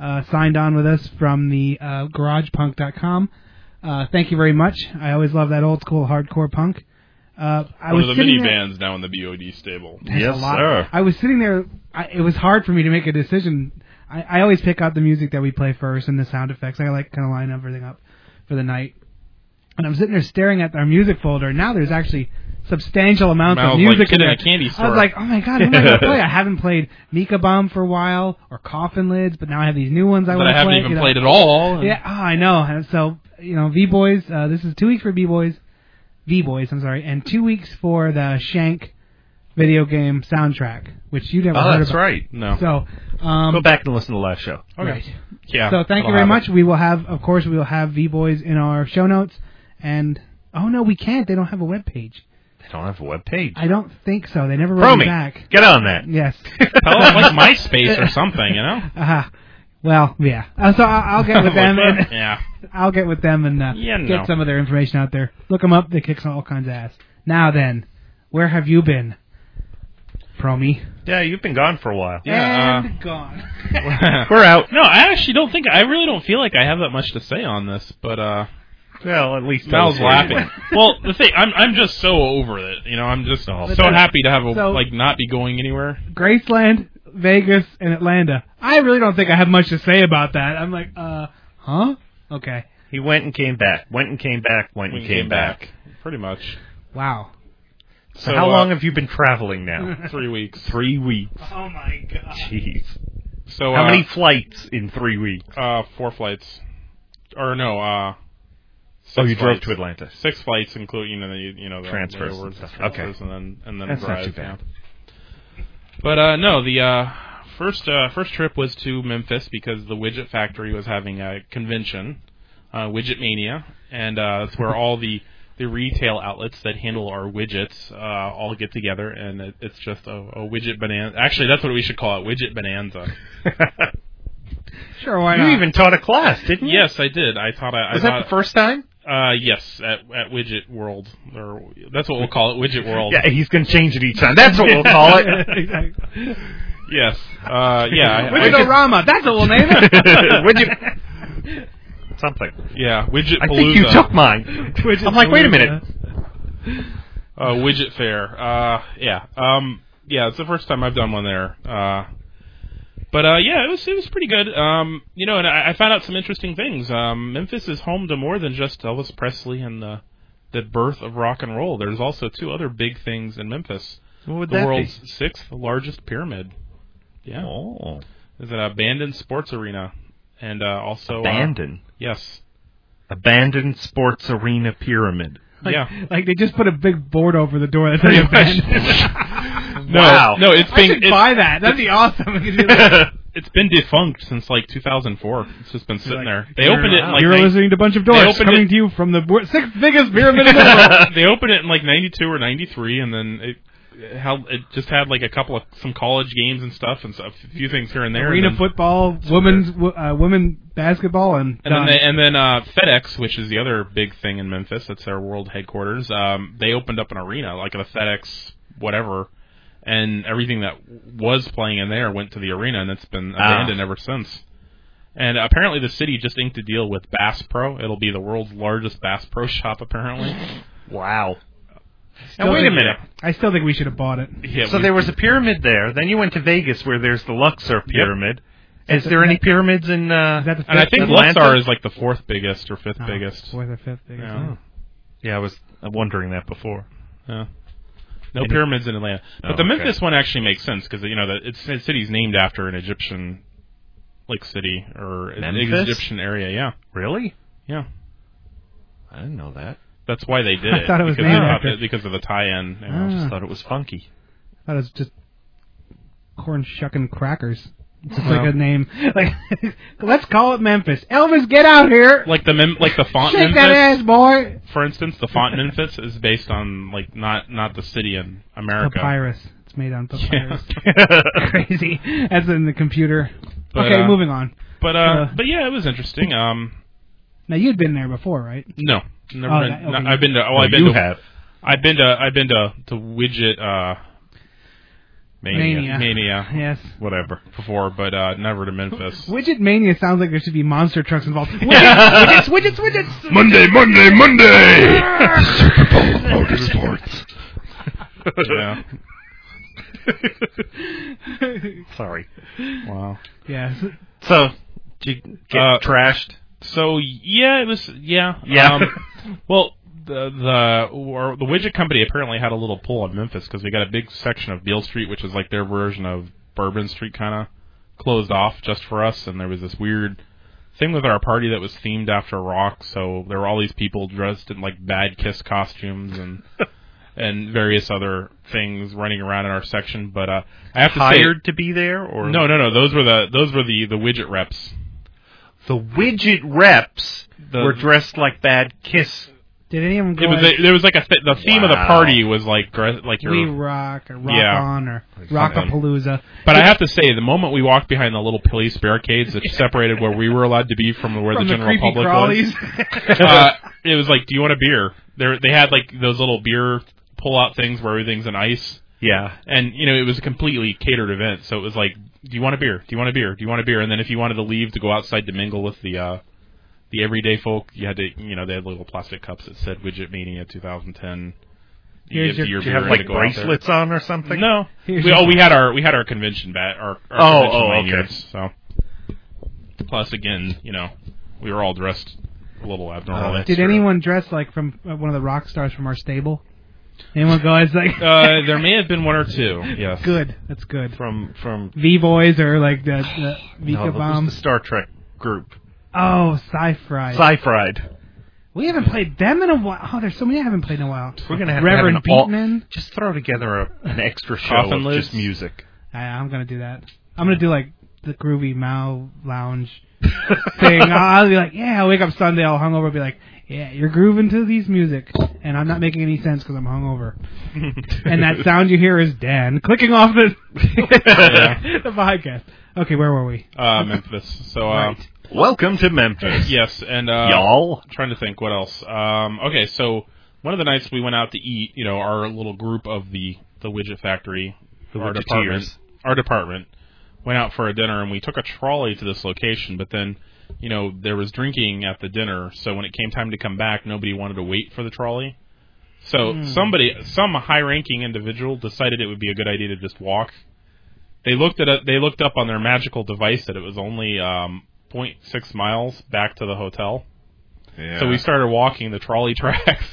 uh, signed on with us from the uh, GaragePunk.com. Uh, thank you very much. I always love that old school hardcore punk. Uh, I
one
was
of the
sitting
mini
there-
bands now in the BOD stable.
That's
Yes,
a lot.
sir.
I was sitting there. I, it was hard for me to make a decision. I, I always pick out the music that we play first and the sound effects. I like kind of line everything up for the night. And I'm sitting there staring at our music folder. Now there's actually substantial amounts
Smells
of
like
music
kid
in
in
there.
a candy
I
store.
was like, oh my god, what am I
[laughs]
gonna play? I haven't played Mika Bomb for a while or Coffin Lids, but now I have these new ones I
that
want
I
to play.
haven't even
you know.
played at all.
Yeah, oh, I know. And So you know, V boys. Uh, this is two weeks for V boys, V boys. I'm sorry, and two weeks for the Shank video game soundtrack, which you never
Oh,
heard
that's
about.
right.
No.
So um,
Go back and listen to the last show.
Right.
yeah.
So thank you
I'll
very
have
much. We will have, of course, we will have V boys in our show notes. And oh no, we can't. They don't have a web page.
They don't have a web page.
I don't think so. They never wrote
Pro
me
me.
back.
Get on
[laughs]
that.
Yes.
Tell them like MySpace or something, you [laughs] know?
uh-huh. Well, yeah. Uh, so I'll,
[laughs]
I'll get with them. and,
yeah.
I'll get with them and uh,
You know.
get some of their information out there. Look them up. They kick some all kinds of ass. Now then, where have you been, Promi?
Yeah, you've been gone for a while.
Yeah.
and gone.
uh,
[laughs] We're out.
no, [laughs] I actually don't think I really don't feel like I have that much to say on this, but uh
Well, at least I
Mal's
was
laughing. [laughs] well, the thing I'm I'm just so over it. You know, I'm just
Oh.
so happy to have a
So-
like not be going anywhere.
[laughs] Graceland, Vegas, and Atlanta. I really don't think I have much to say about that. I'm like, uh, huh? Okay.
He went and came back. Went and came back. Went
When
and
you
came, back.
Pretty much.
Wow.
So,
So,
how
uh,
long have you been traveling
[laughs]
now?
Three weeks.
three weeks.
Oh my god.
Jeez.
So
How
uh,
many flights in three weeks?
uh four flights. Or no, uh six
oh, you drove
flights.
to Atlanta.
Six flights including you know the you know the
Transfers
the
and
awards
stuff. Okay.
transfers and then and then
That's not
drive,
too bad.
yeah. But uh, no, the uh, first uh, first trip was to Memphis because the Widget Factory was having a convention, uh, Widget Mania, and uh, that's where all the the retail outlets that handle our widgets uh, all get together, and it, it's just a, a widget bonanza. Actually, that's what we should call it, widget bonanza.
Sure, why
you
not?
even taught a class, didn't you?
yes, I did. I thought I, I
Was
thought
that the first time?
uh, yes at, at Widget World, or that's what we'll call it,
[laughs]
Widget World.
Yeah, he's going to change it each time. That's what we'll call [laughs] it.
Exactly.
Yes. Uh,
[laughs]
yeah. I- I-
Widgetorama, that's what we'll
[laughs]
name [laughs] it.
Would you? Something.
yeah. Widget
I think you took [laughs] mine. I'm like, wait a minute.
uh, widget fair. Uh, yeah, um, yeah, it's the first time I've done one there. Uh, but uh, yeah, it was it was pretty good. Um, you know, and I, I found out some interesting things. Um, Memphis is home to more than just Elvis Presley and the the birth of rock and roll. There's also two other big things in Memphis:
What would
the
that
world's sixth largest pyramid. Yeah,
Oh.
there's an abandoned sports arena, and uh, also Uh,
Abandoned.
yes,
Abandoned Sports Arena Pyramid.
yeah.
Like they just put a big board over the door that
[laughs]
says abandoned.
No,
Wow.
no, it's
I
been
should
it's- [laughs]
buy that. That'd be awesome. [laughs] We could do that.
It's been defunct since like 2004. It's just been sitting
like,
there. They opened it in like
You're
nine-
listening to Bunch of
they
Doors
opened
coming
it-
to you from the wor- sixth biggest
[laughs]
pyramid in the world.
they opened it in like 92 or 93, and then it it held it just had like a couple of some college games and stuff and so- a few things here and there.
Arena
and then,
football, women's wo- uh, women basketball, and,
and then,
done.
they, and then uh, FedEx, which is the other big thing in Memphis, that's their world headquarters. Um, they opened up an arena like the FedEx whatever, and everything that was playing in there went to the arena, and it's been
Ah.
abandoned ever since. And apparently, the city just inked a deal with Bass Pro. It'll be the world's largest Bass Pro
[laughs]
shop, apparently.
Wow.
Still
Now wait a
think-
minute.
I still think we should have bought it.
Yeah,
So
we-
there was a pyramid there. Then you went to Vegas, where there's the Luxor pyramid. Is there any pyramids in? Uh,
Is that the fifth?
And I think
Atlanta? Ah,
Luxor is like the fourth biggest or fifth
Oh,
biggest.
fourth or fifth biggest.
Yeah.
yeah.
yeah, I was wondering that before.
No
And-
pyramids in Atlanta, but
Oh,
the
okay.
Memphis one actually makes sense because you know the it's the city's named after an Egyptian, like city or an
Memphis?
Egyptian area. Yeah,
Really?
yeah.
I didn't know that.
That's why they did
I
it.
thought it was
because
named
of,
after-
because of the tie-in. you know.
I
Ah.
just thought it was funky.
Thought it was just corn shucking crackers. It's such a good name. [laughs] Like, let's call it Memphis. Elvis, get out here.
Like the mem- [laughs] like the font
Shake
Memphis,
that ass, boy.
for instance, the font Memphis is based on like not not the city in America.
Papyrus. It's made on
Yeah.
papyrus. [laughs]
[laughs]
Crazy. That's in the computer.
But,
okay,
uh,
moving on.
But uh,
Uh.
but yeah, it was interesting. Um,
Now you'd been there before, right?
no, never
Oh,
been.
that- okay.
no, I've been to. Oh, I've been
you
to.
have.
I've been to. I've been to to widget. Uh,
Mania.
Mania.
Yes.
Whatever. Before, but uh, never to Memphis.
Widget Mania sounds like there should be monster
[laughs]
trucks involved. Widgets, widgets, widgets, widgets.
Monday, Monday, Monday. Super Bowl [laughs] Motorsports.
yeah.
[laughs] Sorry.
Wow.
[laughs] Yes.
So, did you get
Uh,
trashed?
So yeah, it was yeah
Yeah. [laughs]
Um, well, the the or the widget company apparently had a little pull on Memphis because we got a big section of Beale Street, which is like their version of Bourbon Street, kind of closed off just for us. And there was this weird thing with our party that was themed after rock, so there were all these people dressed in like bad kiss
[laughs]
costumes and. And various other things running around in our section, but uh, I have to
Hired to be there, or
say, no, no, no. Those were the those were the the widget reps.
The widget reps
The-
were dressed like bad kiss.
Did any of them go?
It was
like,
a, there was like a th- the theme of the
Wow.
party was like gr- like your,
We Rock or Rock
Yeah.
On or
Like something.
Rockapalooza.
but I have to say the moment we walked behind the little police barricades that separated where we were allowed to be from where
From
the
the,
general
creepy
public
[laughs]
was,
crawlies.
uh, it was like, do you want a beer? There they had like those little beer pull out things where everything's in ice,
Yeah.
and you know it was a completely catered event, so it was like, do you want a beer? Do you want a beer? Do you want a beer? And then if you wanted to leave to go outside to mingle with the uh, the everyday folk, you had to you know they had little plastic cups that said Widget Mania 2010. You
Here's
give
your-
to
Did you
beer
have
and
like
to go out there.
bracelets on or something?
No,
Here's
we,
your-
oh, we had our we had our convention bat our, our
Oh,
convention
oh, okay.
lanyards. So, plus again, you know, we were all dressed a little abnormally.
Oh, that's-
Did anyone dress like from uh, one of the rock stars from our stable? Anyone go as like?
uh, there may have been one or two.
[laughs]
Yes.
good. That's good.
From from
V boys or
[sighs]
like the, the Vika
no, it was
Bomb.
the Star Trek group.
Oh, Sci-Fri.
Sci-Fried.
we haven't played them in a while. Oh, there's so many I haven't played in a while.
We're gonna have
Reverend
to have an
Beatman.
All, just throw together a, an extra show
Coffin
of
Lids?
just [laughs] music.
I, I'm gonna do that. I'm gonna do like the groovy Mao Lounge thing. [laughs]
"Ah."
I'll be like, yeah, I'll wake up Sunday, all hungover, be like, yeah, you're grooving to these music, and I'm not making any sense because I'm
[laughs]
hungover. and that sound you hear is Dan clicking off the [laughs] the podcast. Okay, where were we?
Uh, Memphis. So, uh,
Right.
Welcome to Memphis,
yes, and uh,
y'all.
I'm trying to think what else. Um, okay, so one of the nights we went out to eat, you know, our little group of the the widget factory,
The
our
Widgeteers.
department, our department went out for a dinner, and we took a trolley to this location. But then, you know, there was drinking at the dinner, so when it came time to come back, nobody wanted to wait for the trolley. So somebody, some high-ranking individual, decided it would be a good idea to just walk. They looked at it, they looked up on their magical device that it was only um, 0.6 miles back to the hotel. So we started walking the trolley [laughs] tracks,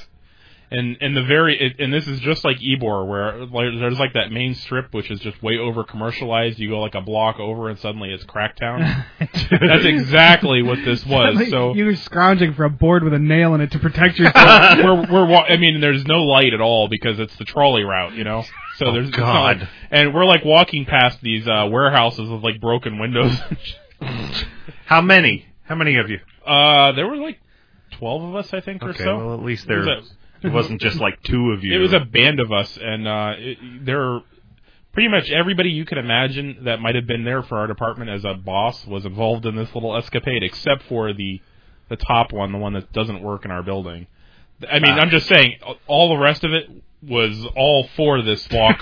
and and the very it, and this is just like Ebor, where like, there's like that main strip which is just way over commercialized. You go like a block over, and suddenly it's Cracktown. That's exactly what
[laughs]
this was. So
you were scrounging for a board with a nail in it to protect yourself. [laughs]
we're we're wa- I mean there's no light at all because it's the trolley route, you know. So
Oh,
there's it's not like-
God.
and we're like walking past these uh, warehouses with like
[laughs]
broken windows.
How many? How many of you?
uh, there were like twelve of us, I think, or
Okay,
so.
well at least
It
there
was
[laughs] it,
a-
wasn't just like two of you.
It was a
[laughs]
band of us, and uh, it, there were pretty much everybody you could imagine that might have been there for our department as a boss was involved in this little escapade, except for the the top one, the one that doesn't work in our building. I mean,
Ah.
I'm just saying, all the rest of it was all for this walk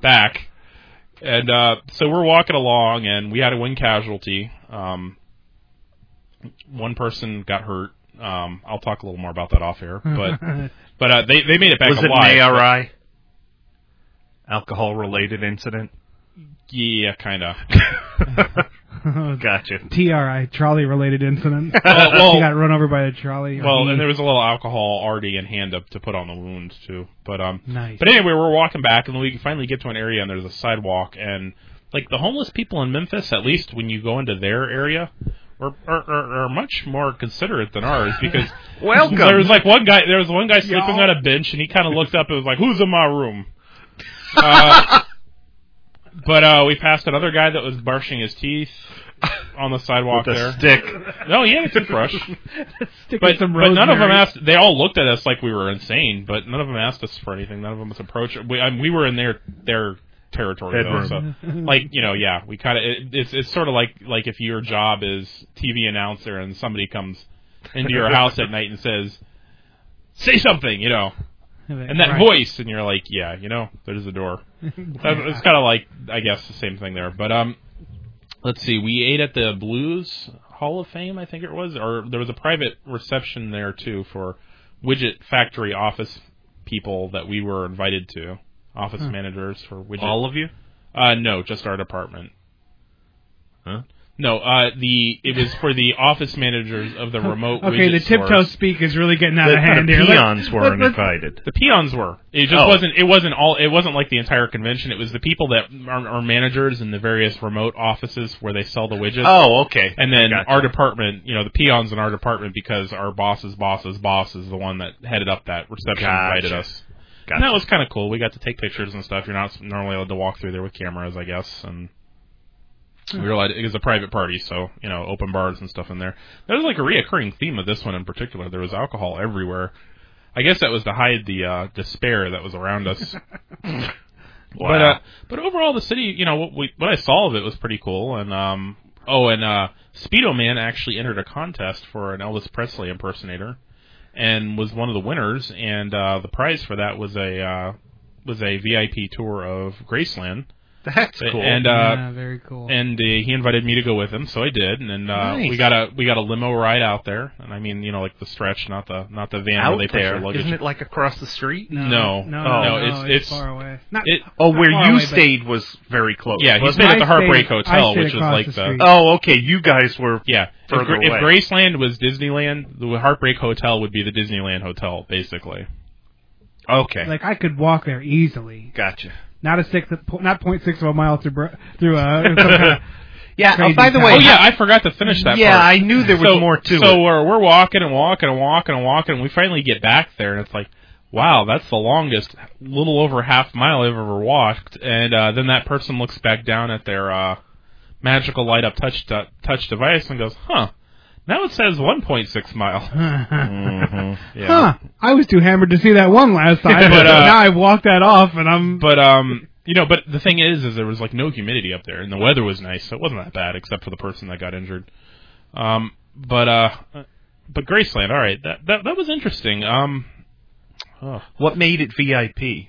back. And uh, so we're walking along, and we had a win casualty. Um, one person got hurt. Um, I'll talk a little more about that off air, [laughs]
[laughs]
but but uh, they they made it back
was it
alive.
an
[laughs]
ARI? Alcohol related incident.
Yeah, kind of.
gotcha.
TRI trolley related
[laughs]
incident.
Oh, well,
He
well,
got run over by a trolley. or
well,
he-
and there was a little alcohol already in hand up to put on the wound too. But um,
nice.
but anyway, we're walking back, and we finally get to an area, and there's a sidewalk, and like the homeless people in Memphis, at least when you go into their area. Are, are, are, are much more considerate than ours because
[laughs] Welcome.
there was like one guy there was one guy sleeping
Y'all.
[laughs]
on a bench and he kind of looked up and was like who's in my room uh, But uh, we passed another guy that was brushing his teeth on the sidewalk
with
there.
a
[laughs]
stick.
No, he had a toothbrush.
[laughs] Stick
but,
with some
but none of them
rosemary.
asked. They all looked at us like we were insane, but none of them asked us for anything. None of them was approached. We, I mean, we were in their their territory though,
Bedroom.
[laughs]
so like you know, yeah, we kind of it, it's it's sort of like like if your job is TV announcer and somebody comes into
[laughs]
your house at night and says, "Say something," you know, and that
Right.
voice, and you're like, "Yeah, you know, there's
[laughs]
the door." That- It's kind of like I guess the same thing there, but um, let's see. We ate at the Blues Hall of Fame, I think it was, or there was a private reception there too for widget factory office people that we were invited to, office managers for widget.
All of you?
uh, no, just our department.
Huh?
No, uh, the it was for the office managers
[laughs]
of the remote.
Okay, the
widget
tiptoe
stores.
speak is really getting out
The,
of hand
the
here. Let's-
peons were
let- let's-
invited.
The peons were. It just
Oh.
wasn't. It wasn't all. It wasn't like the entire convention. It was the people that are, are managers in the various remote offices where they sell the widgets.
Oh, okay.
And then
Gotcha.
our department, you know, the peons in our department, because our boss's boss's boss is the one that headed up that reception
Gotcha.
invited us.
Gotcha.
And that was kind of cool. We got to take pictures and stuff. You're not normally allowed to walk through there with cameras, I guess. And we were allowed, it was a private party, so, you know, open bars and stuff in there. There was like a reoccurring theme of this one in particular. There was alcohol everywhere. I guess that was to hide the uh, despair that was around us. [laughs] But uh, but overall, the city, you know, what we what I saw of it was pretty cool. And um, oh, and uh, Speedo Man actually entered a contest for an Elvis Presley impersonator, and was one of the winners. And uh, the prize for that was a uh, was a VIP tour of Graceland.
That's cool.
And uh,
yeah, very cool.
and uh, he invited me to go with him, so I did, and, then uh,
Nice.
we got a we got a limo ride out there, and I mean, you know, like the stretch, not the not the van
out
where they put
there,
your luggage.
isn't it like across the street?
no,
no.
no,
Oh.
no,
No, it's-
it's,
it's-
far away. Not,
It-
Oh,
not
where
far
you
away, but-
stayed was very close.
yeah, he
wasn't
stayed
it?
at the
I
Heartbreak
stayed- I
Hotel,
stayed
which is
across
like
the
the,
street.
Oh, okay. You guys were.
Yeah. If,
Further
Gra- if
away.
Graceland was Disneyland, the Heartbreak Hotel would be the Disneyland Hotel, basically.
Okay.
Like I could walk there easily.
gotcha.
Not a six, not point six of a mile through br- through uh, some kind of-
Yeah.
Crazy
Oh, by the
town.
way,
Oh yeah, I forgot to finish that.
yeah,
part.
I knew there was
so,
more to
So
it.
we're we're walking and walking and walking and walking, and we finally get back there, and it's like, wow, that's the longest, little over half mile I've ever walked. And uh, then that person looks back down at their uh, magical light up touch de- touch device and goes, huh. Now it says 1.6 mile. Mm-hmm.
Huh. I was too hammered to see that one last time, but
But, uh,
now I've walked that off, and I'm.
But um, you know, but the thing is, is there was like no humidity up there, and the weather was nice, so it wasn't that bad, except for the person that got injured. Um, but uh, but Graceland, all right, that that that was interesting. Um, oh.
What made it VIP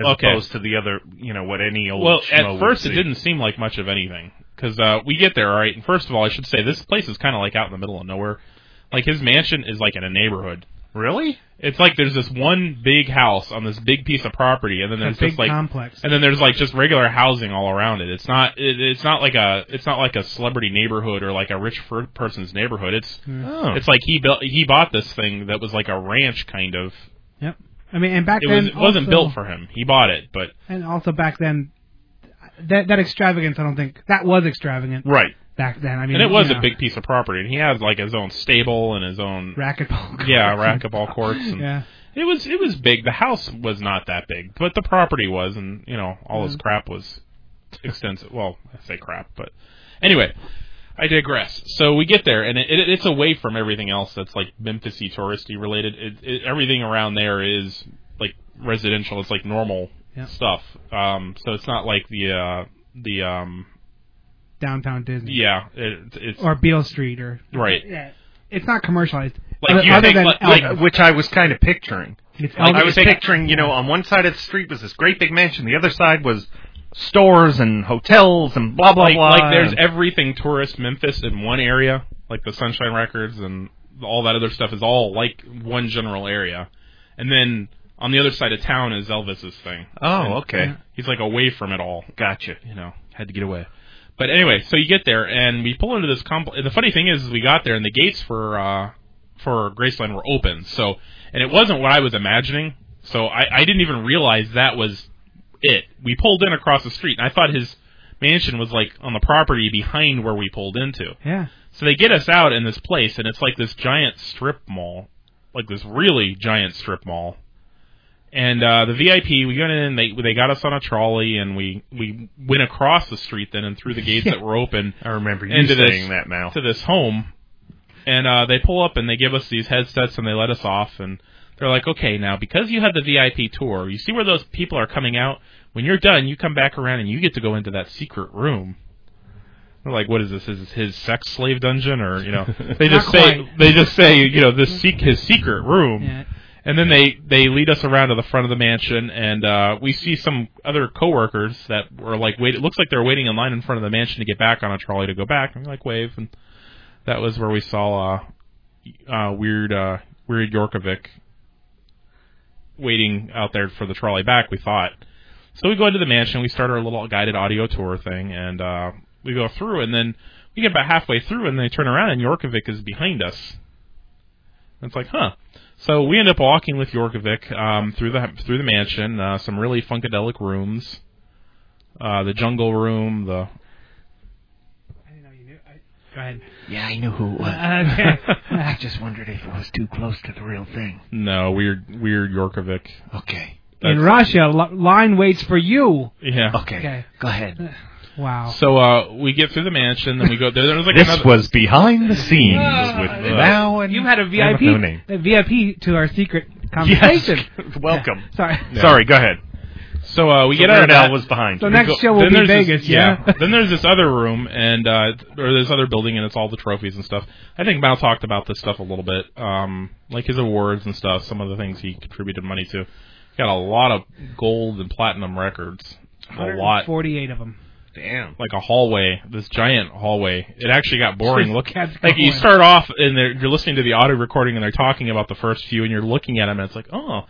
as
Okay.
opposed to the other? You know what? Any old.
well,
schmo
at
would
first it
see?
didn't seem like much of anything because uh, we get there, all right. And first of all, I should say this place is kind of like out in the middle of nowhere. Like his mansion is like in a neighborhood.
Really?
It's like there's this one big house on this big piece of property, and then
a
there's
big
this like
complex.
and then there's like just regular housing all around it. It's not it, it's not like a it's not like a celebrity neighborhood or like a rich fir- person's neighborhood. It's
Hmm.
Oh.
it's like he built he bought this thing that was like a ranch kind of.
Yep. I mean, and back
It
then
was it wasn't
also-
built for him. He bought it, but
And also back then, that that extravagance, I don't think that was extravagant
right.
back then. I mean,
and it was
you
a
know,
big piece of property. And he had like his own stable and his own
racquetball. court. [laughs]
yeah racquetball courts. And
Yeah.
It was it was big. The house was not that big, but the property was, and you know all his crap was extensive. well, I say crap, but anyway, I digress. So we get there, and it, it, it's away from everything else that's like Memphisy touristy related. It, it, everything around there is like residential. It's like normal
Yeah.
stuff. Um, so it's not like the uh, the um,
Downtown Disney.
yeah, it, it's
Or Beale Street, or
right.
yeah. It's not commercialized.
Like,
other,
you
other
think,
than
like-
Elvis.
like-
Which I was kind of picturing.
it's
Like,
Elvis.
I was picturing, you know, on one side of the street was this great big mansion, the other side was stores and hotels and blah blah
like,
blah.
like there's
and-
everything tourist Memphis in one area, like the Sunshine Records and all that other stuff is all like one general area, and then on the other side of town is Elvis's thing.
oh, okay,
He's like away from it all,
gotcha.
you know. Had to get away. But anyway, so you get there and we pull into this complex. And the funny thing is, is we got there and the gates for uh, for Graceland were open. So and it wasn't what I was imagining. So I, I didn't even realize that was it. We pulled in across the street, and I thought his mansion was like on the property behind where we pulled into.
yeah.
So they get us out in this place, and it's like this giant strip mall, like this really giant strip mall. And uh, the VIP, we got in. They they got us on a trolley, and we we went across the street then and through
[laughs]
the gates that were open
I remember you
Into this-
saying that, Mal.
to this home, and uh, they pull up and they give us these headsets and they let us off, and they're like, okay, now because you had the VIP tour, you see where those people are coming out. When you're done, you come back around and you get to go into that secret room. They're like, what is this? Is this his sex slave dungeon, or
[laughs]
you know? They
Not
just say
quite.
they just say you know this seek his secret room.
Yeah.
And then they they lead us around to the front of the mansion, and uh, we see some other coworkers that were like wait. It looks like they're waiting in line in front of the mansion to get back on a trolley to go back. And we like wave, and that was where we saw uh, uh, weird uh, weird Yorkovic waiting out there for the trolley back. We thought. So we go into the mansion. We start our little guided audio tour thing, and uh, we go through, and then we get about halfway through, and they turn around, and Yorkovic is behind us. And it's like, huh. So we end up walking with Yorkovic um, through the through the mansion, uh, some really funkadelic rooms, uh, the jungle room, the [laughs]
I didn't know you knew. I, go ahead.
Yeah, I knew who it was.
Uh,
I just wondered if it was too close to the real thing.
no weird weird Yorkovic.
Okay.
in
That's-
Russia, li- line waits for you.
Yeah.
Okay.
Okay.
Go ahead.
Wow.
So uh, we get through the mansion, then we go there. There's like
This
another.
was behind the scenes with uh,
Ah.
Mal and
You had a
I have
VIP,
no name.
a VIP to our secret
Yes.
conversation.
[laughs] Welcome.
Sorry.
Sorry, go ahead.
so uh, we
So
get out of
Weird Al
that.
was behind.
So
you.
next
Go-
show will
then
be
there's this-
Vegas. yeah.
then there's this other room and uh, or this other building, and it's all the trophies and stuff. I think Mal talked about this stuff a little bit, um, like his awards and stuff. Some of the things he contributed money to. Got a lot of gold and platinum records.
[laughs]
A lot,
Forty-eight of them.
Damn.
like a hallway, this giant hallway. It actually got
[laughs]
boring.
Just
Look,
kept
like you
going.
start off and they're- you're listening to the audio recording, and they're talking about the first few, and you're looking at them, and it's like, oh.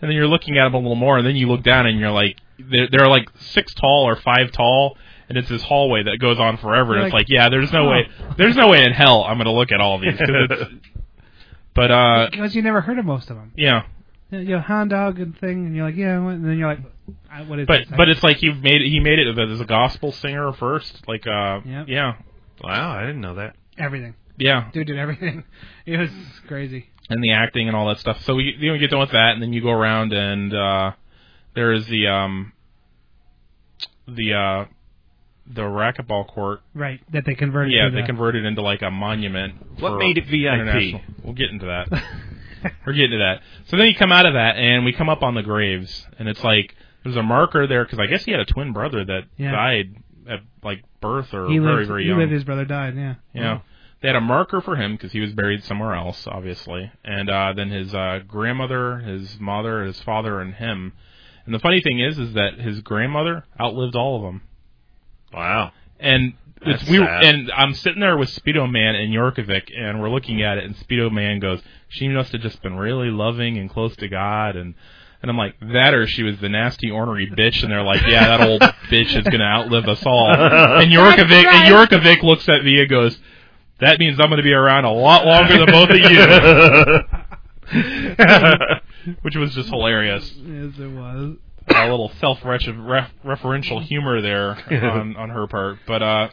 And then you're looking at them a little more, and then you look down, and you're like, they're, they're like six tall or five tall, and it's this hallway that goes on forever. And
You're
it's
like,
like, yeah, there's no
oh.
way, there's no way in hell I'm gonna look at all these. 'cause
[laughs]
it's- but uh,
Because you never heard of most of them.
yeah,
You know, hound dog and thing, and you're like, yeah, what? and then you're like, I- what is
but
this?
but it's like he made he made it as a gospel singer first, like uh,
Yep.
yeah,
Wow, I didn't know that.
everything.
yeah.
Dude did everything. [laughs] It was crazy.
and the acting and all that stuff. So we you know, we get done with that, and then you go around and uh, there is the um, the uh, the racquetball court.
Right. That they converted.
Yeah,
to
they
the-
converted into like a monument.
What
for
made it VIP?
international- We'll get
[laughs]
into that. We're getting to that. So then you come out of that, and we come up on the graves, and it's like there's a marker there because I guess he had a twin brother that
Yeah.
died at like birth or
He
very
lived,
very
he
young.
lived, His brother died. Yeah.
Yeah. They had a marker for him because he was buried somewhere else, obviously. And uh, then his uh, grandmother, his mother, his father, and him. And the funny thing is, is that his grandmother outlived all of them.
Wow. [laughs]
And it's
That's
we
sad.
and I'm sitting there with Speedo Man and Yorkovic, and we're looking at it, and Speedo Man goes, "She must have just been really loving and close to God." And and I'm like, "That or she was the nasty ornery bitch." And they're like, "Yeah,
[laughs]
that old bitch is gonna outlive us all." And Yorkovic and
right.
Yorkovic looks at me and goes, "That means I'm gonna be around a lot longer than both of
[laughs]
you," [laughs] which was just hilarious.
Yes, it was.
A little self-referential
[laughs]
humor there on, on her part, but uh,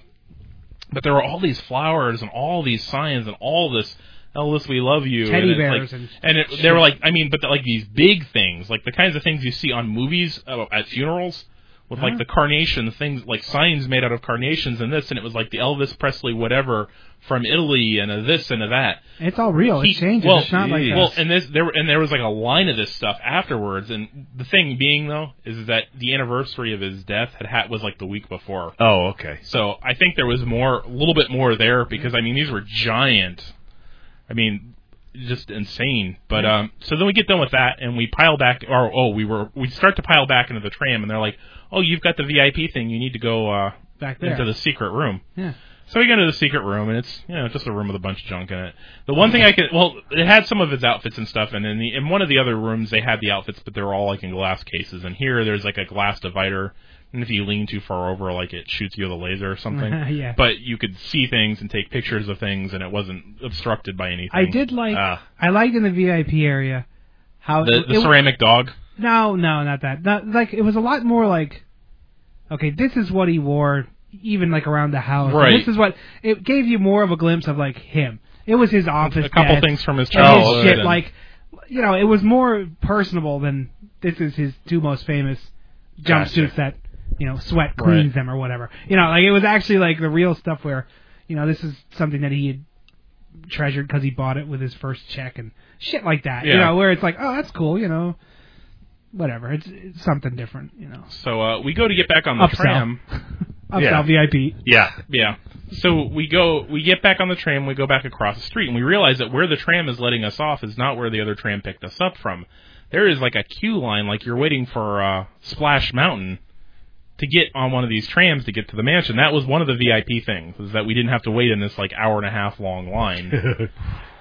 but there were all these flowers and all these signs and all this Elvis, we love you.
Teddy
and it's
bears
like-
and-
and it, they were like, I mean, but like these big things, like the kinds of things you see on movies uh, at funerals, with like
Huh?
the carnation things, like signs made out of carnations and this, and it was like the Elvis Presley whatever from Italy and a this and a that.
It's all real.
He-
it changes.
Well,
it's not like
well,
us.
and this there were- and there was like a line of this stuff afterwards, and the thing being though is that the anniversary of his death had ha- was like the week before.
Oh, okay.
So I think there was more, a little bit more there because I mean these were giant. I mean, just insane. But um, so then we get done with that and we pile back, or oh, we were we start to pile back into the tram and they're like, oh, you've got the VIP thing, you need to go uh,
back there. [laughs]
into the secret room.
Yeah.
So we go into the secret room, and it's you know just a room with a bunch of junk in it. The one thing I could well, it had some of his outfits and stuff, and in the in one of the other rooms they had the outfits, but they were all like in glass cases. And here there's like a glass divider, and if you lean too far over, like it shoots you with a laser or something.
[laughs] Yeah.
But you could see things and take pictures of things, and it wasn't obstructed by anything. Uh,
I did like.
Ah.
I liked in the VIP area how
the,
it,
the
it-
ceramic dog.
No, no, not that. Not, like it was a lot more like, okay, this is what he wore, even like around the house.
Right.
This is what it gave you more of a glimpse of like him. It was his office.
A couple
desk
things from his
and his
childhood.
shit.
and-
Like, you know, it was more personable than this is his two most famous
Gotcha.
jumpsuits that you know sweat cleans
Right.
them or whatever. You know, like it was actually like the real stuff where you know this is something that he had treasured because he bought it with his first check and shit like that. You
Yeah.
know, where it's like, oh, that's cool. You know, whatever. It's, it's something different. You know,
So uh, we go to get back on the
Upsell.
tram.
upsell VIP.
[laughs] Yeah.
Yeah. So we go, we get back on the tram, we go back across the street, and we realize that where the tram is letting us off is not where the other tram picked us up from. There is like a queue line, like you're waiting for uh, Splash Mountain to get on one of these trams to get to the mansion. That was one of the VIP things, is that we didn't have to wait in this like hour and a half long line.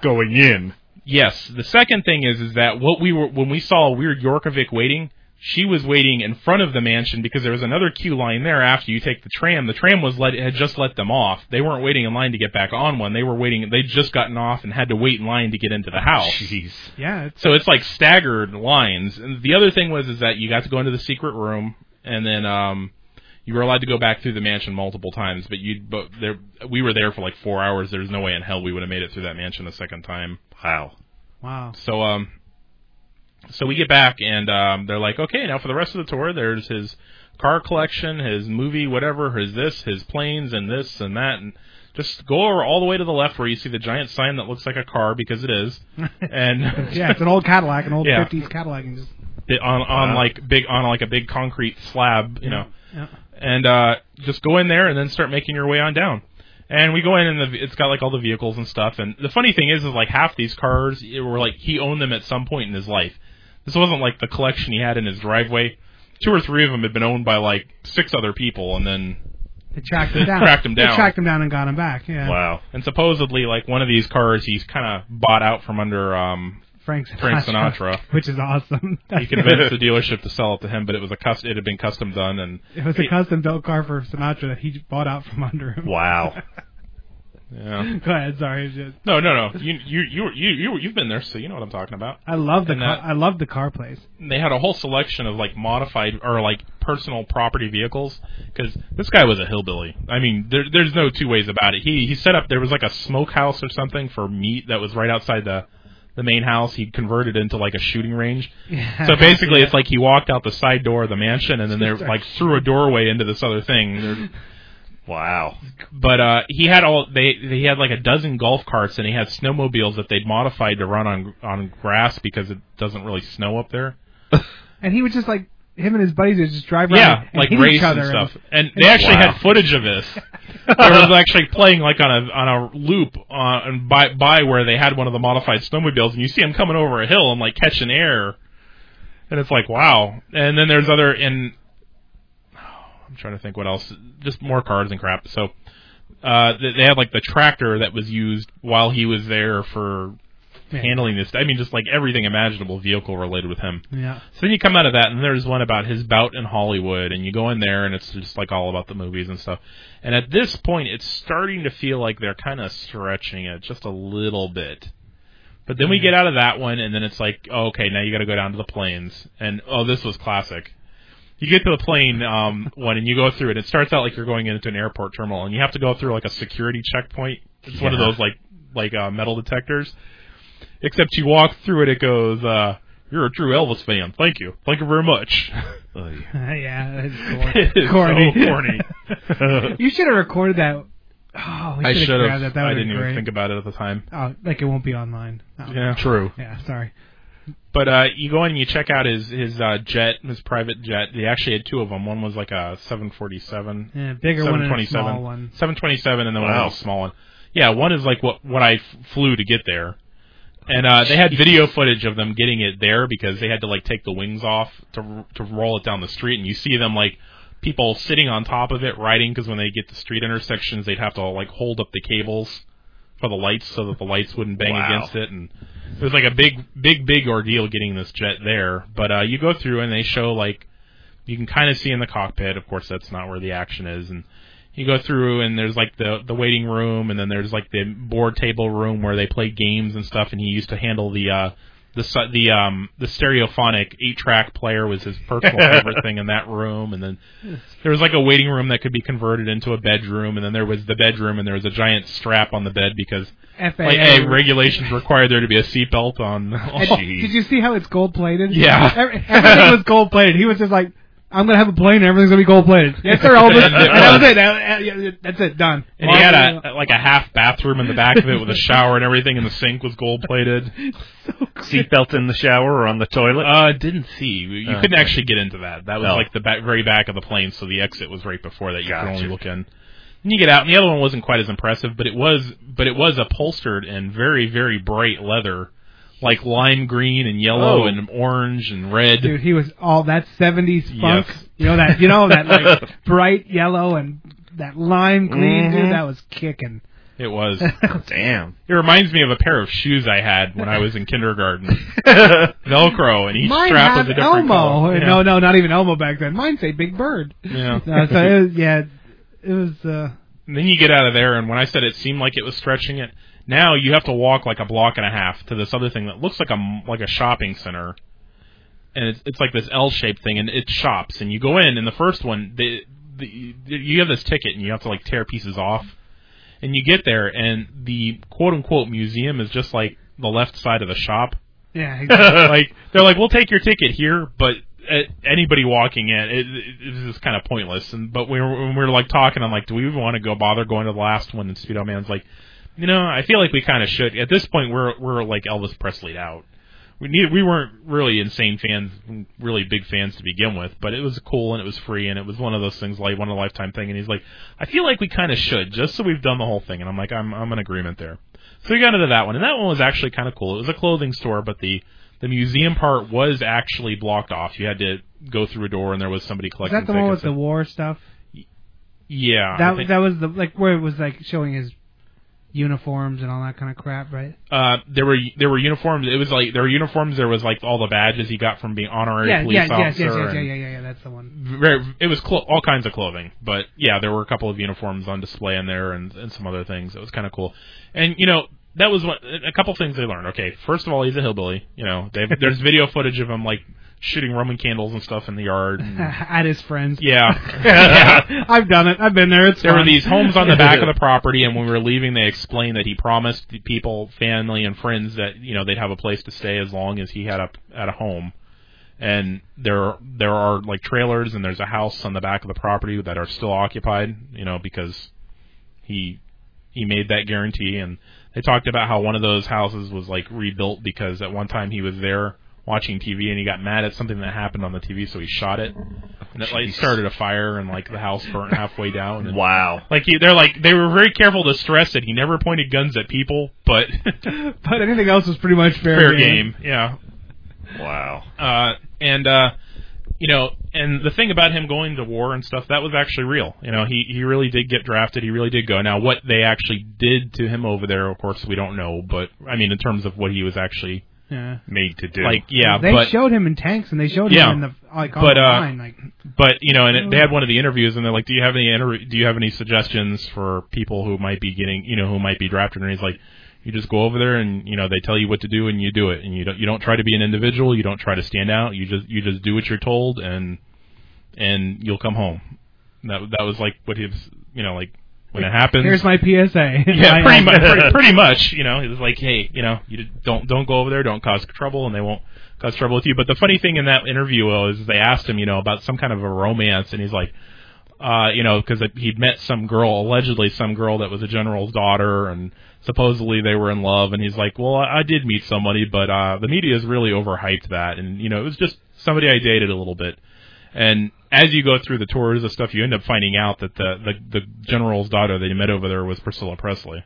Going in.
Yes. The second thing is is that what we were when we saw Weird Yorkovic waiting, she was waiting in front of the mansion because there was another queue line there after you take the tram. The tram was let had just let them off. They weren't waiting in line to get back on one. They were waiting they'd just gotten off and had to wait in line to get into the house.
Jeez.
Yeah, it's
So it's like staggered lines. And the other thing was is that you got to go into the secret room, and then um, you were allowed to go back through the mansion multiple times. But you, but there, we were there for like four hours. There's no way in hell we would have made it through that mansion a second time.
Wow.
wow.
So um, so we get back and um, they're like, okay, now for the rest of the tour, there's his car collection, his movie, whatever, his this, his planes, and this and that, and just go over all the way to the left where you see the giant sign that looks like a car because
[laughs]
it is, and
Yeah, it's an old Cadillac, an old
Yeah.
'50s Cadillac, and just
Bi- [laughs] on on
Wow.
like big on like a big concrete slab, you know,
Uh-huh. yeah.
and uh, just go in there and then start making your way on down. And we go in and the, it's got like all the vehicles and stuff. And the funny thing is, is like half these cars it were like he owned them at some point in his life. This wasn't like the collection he had in his driveway. Two or three of them had been owned by like six other people, and then
They tracked him down.
Tracked him
They
down.
tracked him down and got him back. Yeah.
Wow.
and supposedly like one of these cars he's kind of bought out from under um,
Frank Sinatra,
Frank Sinatra.
[laughs] which is awesome. [laughs]
He convinced the dealership to sell it to him, but it was a cus- it had been custom done, and
it was a custom built car for Sinatra that he bought out from [laughs] under him.
Wow.
yeah.
Go ahead, sorry. it's just-
No, no, no. You, you, you, you, you, you've been there, so you know what I'm talking about.
I love the
And
car,
that-
I love the car place.
They had a whole selection of like modified or like personal property vehicles because this guy was a hillbilly. I mean, there, there's no two ways about it. He he set up there was like a smokehouse or something for meat that was right outside the the main house. He converted into like a shooting range. So basically, it's like he walked out the side door of the mansion and then they're like through a doorway into this other thing. They're-
Wow.
but uh, he had all they he had like a dozen golf carts and he had snowmobiles that they'd modified to run on on grass because it doesn't really snow up there.
[laughs] and he was just like him and his buddies would just drive around
yeah,
and
like
hit
race
each other
and stuff. And, they actually
Wow.
had footage of
[laughs]
this. They was actually playing like on a on a loop on and by by where they had one of the modified snowmobiles and you see him coming over a hill and like catching air. And it's like wow. And then there's other and I'm trying to think what else. Just more cars and crap. So uh, they they had like the tractor that was used while he was there for
Yeah.
handling this. I mean, just like everything imaginable vehicle related with him.
Yeah. [laughs]
So then you come out of that, and there's one about his bout in Hollywood, and you go in there, and it's just like all about the movies and stuff. And at this point, it's starting to feel like they're kind of stretching it just a little bit. But then we get out of that one, and then it's like, oh, okay, now you got to go down to the planes. And oh, this was classic. You get to the plane um, one, and you go through it. It starts out like you're going into an airport terminal, and you have to go through like a security checkpoint. It's one of
Yeah.
those like like uh, metal detectors. Except you walk through it, it goes, uh, "You're a true Elvis fan. Thank you. Thank you very much."
yeah,
[laughs] It is
it's [laughs]
so
corny.
corny.
[laughs] you should have recorded that. Oh, we
I
should
should
grabbed
have.
that. That
I
would've
didn't
been
even
great.
think about it at the time.
Oh, like it won't be online. Oh.
Yeah, true.
Yeah, sorry.
But uh, you go in and you check out his his uh, jet, his private jet. They actually had two of them. One was like a 747,
Yeah, bigger one and a small one.
727, and then one
Wow.
was a small one. Yeah, one is like what what I f- flew to get there. And uh, they had video footage of them getting it there because they had to like take the wings off to r- to roll it down the street, and you see them like people sitting on top of it riding because when they get to street intersections, they'd have to like hold up the cables for the lights so that the lights wouldn't bang
Wow.
against it, and it was like a big big big ordeal getting this jet there. But uh, you go through and they show like you can kind of see in the cockpit. Of course, that's not where the action is, and you go through and there's like the the waiting room and then there's like the board table room where they play games and stuff and he used to handle the uh the si- the um the stereophonic eight track player was his personal favorite thing in that room, and then there was like a waiting room that could be converted into a bedroom, and then there was the bedroom, and there was a giant strap on the bed because
FAA.
like hey, regulations required there to be a seatbelt on. [laughs] Oh,
And did you see how it's gold plated?
Yeah.
Every,
[laughs]
everything was gold plated. He was just like, I'm gonna have a plane and everything's gonna be gold
[laughs]
plated. Yes, sir, Elvis. and
And it
that was
was.
it. That- yeah, That's it. Done.
And he had a like a half bathroom in the back of it with a shower and everything, and the sink was gold plated. [laughs]
Seatbelt in the shower or on the toilet.
Uh, didn't see. You
Uh,
couldn't actually get into that. That was
No.
like the back, very back of the plane, so the exit was right before that. You could
Gotcha.
only look in. And you get out, and the other one wasn't quite as impressive, but it was, but it was upholstered in very, very bright leather, like lime green and yellow
Oh.
and orange and red.
Dude, he was all that '70s funk.
Yes.
You know that. You know that
[laughs]
like bright yellow and that lime green. Dude,
Mm-hmm.
Mhm.
that was kicking.
[laughs]
It was.
Oh, Damn.
It reminds me of a pair of shoes I had when I was in kindergarten.
[laughs]
Velcro, and each
Mine
strap
had
was a different
Elmo.
color. Yeah.
No, no, not even Elmo back then. Mine say Big Bird. [laughs]
Yeah.
Uh, so it was, yeah, it was. Uh,
And then you get out of there, and when I said it seemed like it was stretching it, now you have to walk like a block and a half to this other thing that looks like a m- like a shopping center, and it's it's like this L-shaped thing, and it's shops, and you go in, and the first one, the, the you have this ticket, and you have to like tear pieces off, and you get there, and the quote unquote museum is just like the left side of the shop,
[laughs] yeah, exactly.
[laughs] like they're like, we'll take your ticket here, but uh, anybody walking in, it, it, this is kind of pointless. And but we were, when we were like talking, I'm like, do we even want to go bother going to the last one? And Speedo Man's like, you know, I feel like we kind of should. At this point, we're we're like Elvis Presleyed out. We need we weren't really insane fans, really big fans to begin with, but it was cool and it was free and it was one of those things like one of a lifetime thing. And he's like, I feel like we kind of should just so we've done the whole thing. And I'm like, I'm I'm in agreement there. So we got into that one, and that one was actually kind of cool. It was a clothing store, but the the museum part was actually blocked off. You had to go through a door, and there was somebody
Is
collecting
that the one with the
tickets.
war stuff?
yeah, I
That
think-
that was the like where it was like showing his uniforms and all that kind of crap, right?
uh, there were there were uniforms. It was like there were uniforms. There was like all the badges he got from being honorary
yeah,
police
yeah, yes,
officer.
yes, yes,
and
yeah, yeah, yeah, yeah. That's the one. [laughs]
very, it was clo- all kinds of clothing, but yeah, there were a couple of uniforms on display in there and, and some other things. It was kind of cool, and you know that was what a couple things they learned. Okay, first of all, he's a hillbilly. You know, they there's video footage of him like shooting Roman candles and stuff in the
[laughs]
yard. And,
At his friends.
yeah, yeah. [laughs]
I've done it. I've been there. It's
There
fun.
were these homes on the back of the property, and when we were leaving, they explained that he promised the people, family, and friends that you know they'd have a place to stay as long as he had a at a home. And there there are like trailers, and there's a house on the back of the property that are still occupied, you know, because he he made that guarantee. And they talked about how one of those houses was like rebuilt because at one time he was there watching TV and he got mad at something that happened on the TV, so he shot it, and it like
Jeez.
started a fire, and like the house burnt halfway down. And
Wow.
like he, they're like they were very careful to stress that he never pointed guns at people, but [laughs]
But anything else was pretty much fair,
fair game, yeah.
Wow.
Uh, and uh, you know, and the thing about him going to war and stuff that was actually real. You know, he he really did get drafted. He really did go. Now, what they actually did to him over there, of course, we don't know. But I mean, in terms of what he was actually
Yeah.
Made to do.
like, yeah,
They
but
showed him in tanks and they showed
Yeah.
him in the like on
But,
the
uh,
line. Like
but you know, and it, they
Mm-hmm.
had one of the interviews, and they're like, "Do you have any inter- do you have any suggestions for people who might be getting you know who might be drafted?" And he's like, "You just go over there, and you know they tell you what to do, and you do it, and you don't you don't try to be an individual, you don't try to stand out, you just you just do what you're told, and and you'll come home." And that that was like what he was you know like when it happens.
here's my PSA.
[laughs]
[laughs]
yeah,
I-
pretty
I-
much. Pretty, pretty much, you know, it was like, hey, you know, you don't don't go over there, don't cause trouble, and they won't cause trouble with you. But the funny thing in that interview was they asked him, you know, about some kind of a romance, and he's like, uh, you know, because he'd met some girl, allegedly some girl that was a general's daughter, and supposedly they were in love, and he's like, well, I, I did meet somebody, but uh, the media's really overhyped that, and you know, it was just somebody I dated a little bit. And as you go through the tours and stuff, you end up finding out that the the, the general's daughter that he met over there was Priscilla Presley.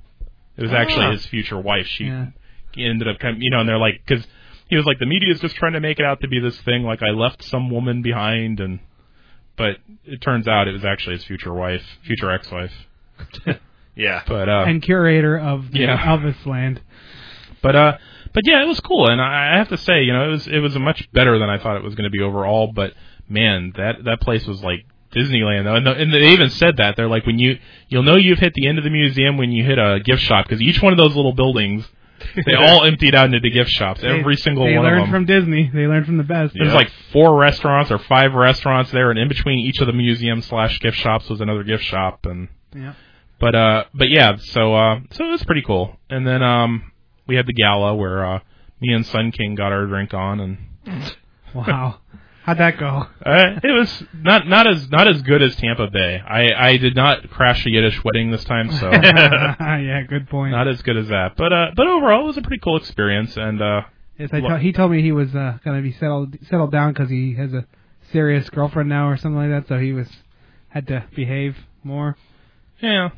It was actually
Ah.
his future wife. She
Yeah.
ended up kind of, you know, and they're like, because he was like, the media's just trying to make it out to be this thing, like I left some woman behind, and but it turns out it was actually his future wife, future ex-wife.
Yeah.
But uh,
And curator of the
Yeah.
Elvis Land.
But uh, but yeah, it was cool, and I, I have to say, you know, it was it was much better than I thought it was going to be overall. But man, that that place was like Disneyland, though. And, the- and they even said that they're like, when you you'll know you've hit the end of the museum when you hit a gift shop because each one of those little buildings
[laughs]
They all emptied out into the gift shops. Every
They-
single
they
one
learned
of them.
from Disney. They learned from the best.
There's like four restaurants or five restaurants there, and in between each of the museum slash gift shops was another gift shop. And
Yeah.
but uh, but yeah, so uh, so it was pretty cool. And then um, we had the gala where uh, me and Sun King got our drink on, and
[laughs] wow, how'd that
[laughs]
go?
uh, it was not not as not as good as Tampa Bay. I I did not crash a Yiddish wedding this time,
[laughs]
so
yeah, good point.
not as good as that. But uh, but overall, it was a pretty cool experience, and uh,
Yes, I told- he told me he was uh, gonna be settled settled down because he has a serious girlfriend now or something like that. So he was had to behave more.
yeah,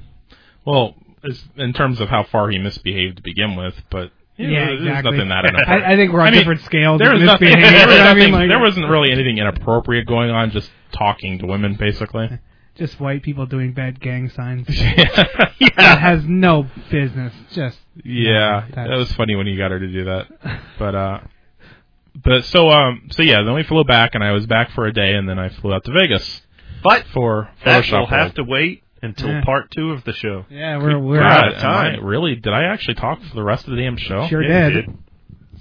well, it's, in terms of how far he misbehaved to begin with, but. you know,
Yeah,
there's
exactly.
nothing that inappropriate.
[laughs] I, I think we're on
I mean,
different scales.
There
of
was nothing.
misbehavior,
[laughs] There, was
you know what [laughs] I mean?
nothing
Like,
there wasn't really anything inappropriate going on. Just talking to women,
[laughs]
basically.
just white people doing bad gang signs.
[laughs] yeah,
[laughs] that has no business. Just
yeah.
That's-
That was funny when you got her to do that. But uh, but so um, so yeah. Then we flew back, and I was back for a day, and then I flew out to Vegas
But
for
that
Photoshop.
will have
World.
to wait until
Yeah.
part two of the show.
yeah, we're we're
God,
out of
am I-
time.
really? Did I actually talk for the rest of the damn show?
sure
Yeah, you
did.
did.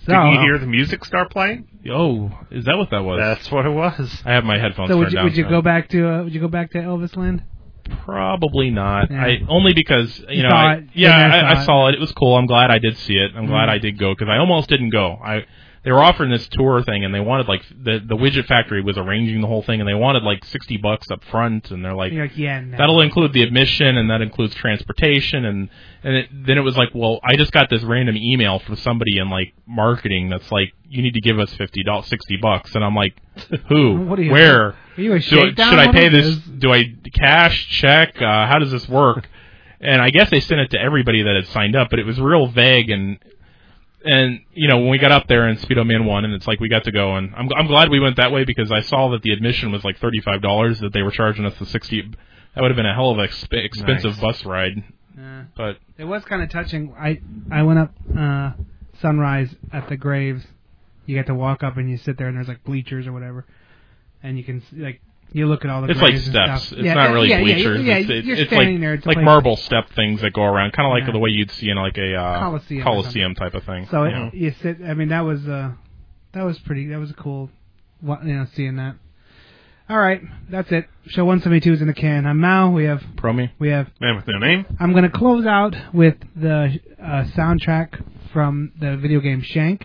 So
Did you hear the music start playing?
Oh, is that what that was?
That's what it was.
I have my headphones
so
turned
would you
down.
would you
so-
go back to uh, would you go back to Elvis Land?
Probably not.
Yeah.
I only because you,
You
know,
saw
I,
it.
yeah,
You guys
I,
saw
I
it.
saw it. It was cool. I'm glad I did see it. I'm
Mm-hmm.
glad I did go because I almost didn't go. I they were offering this tour thing and they wanted like the the widget factory was arranging the whole thing and they wanted like sixty bucks up front and they're like.
You're like yeah, no.
That'll include the admission, and that includes transportation, and and it, then it was like, well, I just got this random email from somebody in like marketing that's like, you need to give us fifty dollars, sixty bucks, and
[laughs]
I'm like, who,
What do you-
where,
Are you a
do I, should
shakedown?
I
What
pay
is
this? Do I cash check? Uh, how does this work? and I guess they sent it to everybody that had signed up, but it was real vague and and you know when we got up there and Speedo Man won, and it's like we got to go, and I'm I'm glad we went that way because I saw that the admission was like thirty five dollars that they were charging us the sixty. That would have been a hell of an exp- expensive
Nice.
bus ride,
Yeah.
but
uh, It was kind of touching. I I went up uh, sunrise at the graves. You get to walk up and you sit there, and there's like bleachers or whatever, and you can s- like you look at all the.
it's like
graves and
steps.
stuff.
It's
yeah,
not
yeah,
really
yeah,
bleachers.
Yeah,
it's
yeah,
it-
you're
it's
standing
like,
there. It's a
like
place-
marble step things that go around, kind of like
Yeah.
the way you'd see in like a uh,
Coliseum or
Coliseum type of thing.
So
Yeah.
it, you sit. I mean, that was uh, that was pretty. That was cool. wa- You know, seeing that. All right, that's it. Show 172 is in the can. I'm Mao. We have
Pro me.
we have
Man with no name.
I'm going to close out with the uh, soundtrack from the video game Shank.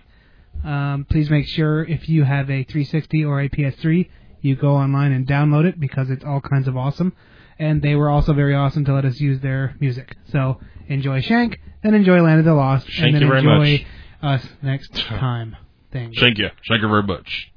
Um, please make sure if you have a 360 or a PS3, you go online and download it because it's all kinds of awesome. And they were also very awesome to let us use their music. So enjoy Shank, then enjoy Land of the Lost,
Shank
and then
you very
enjoy us next time. Thanks.
Thank you. Thank you very much.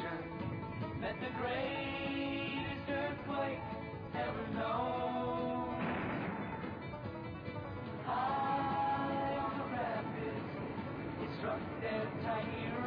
the greatest earthquake ever known. High on the rapids, it struck that tiny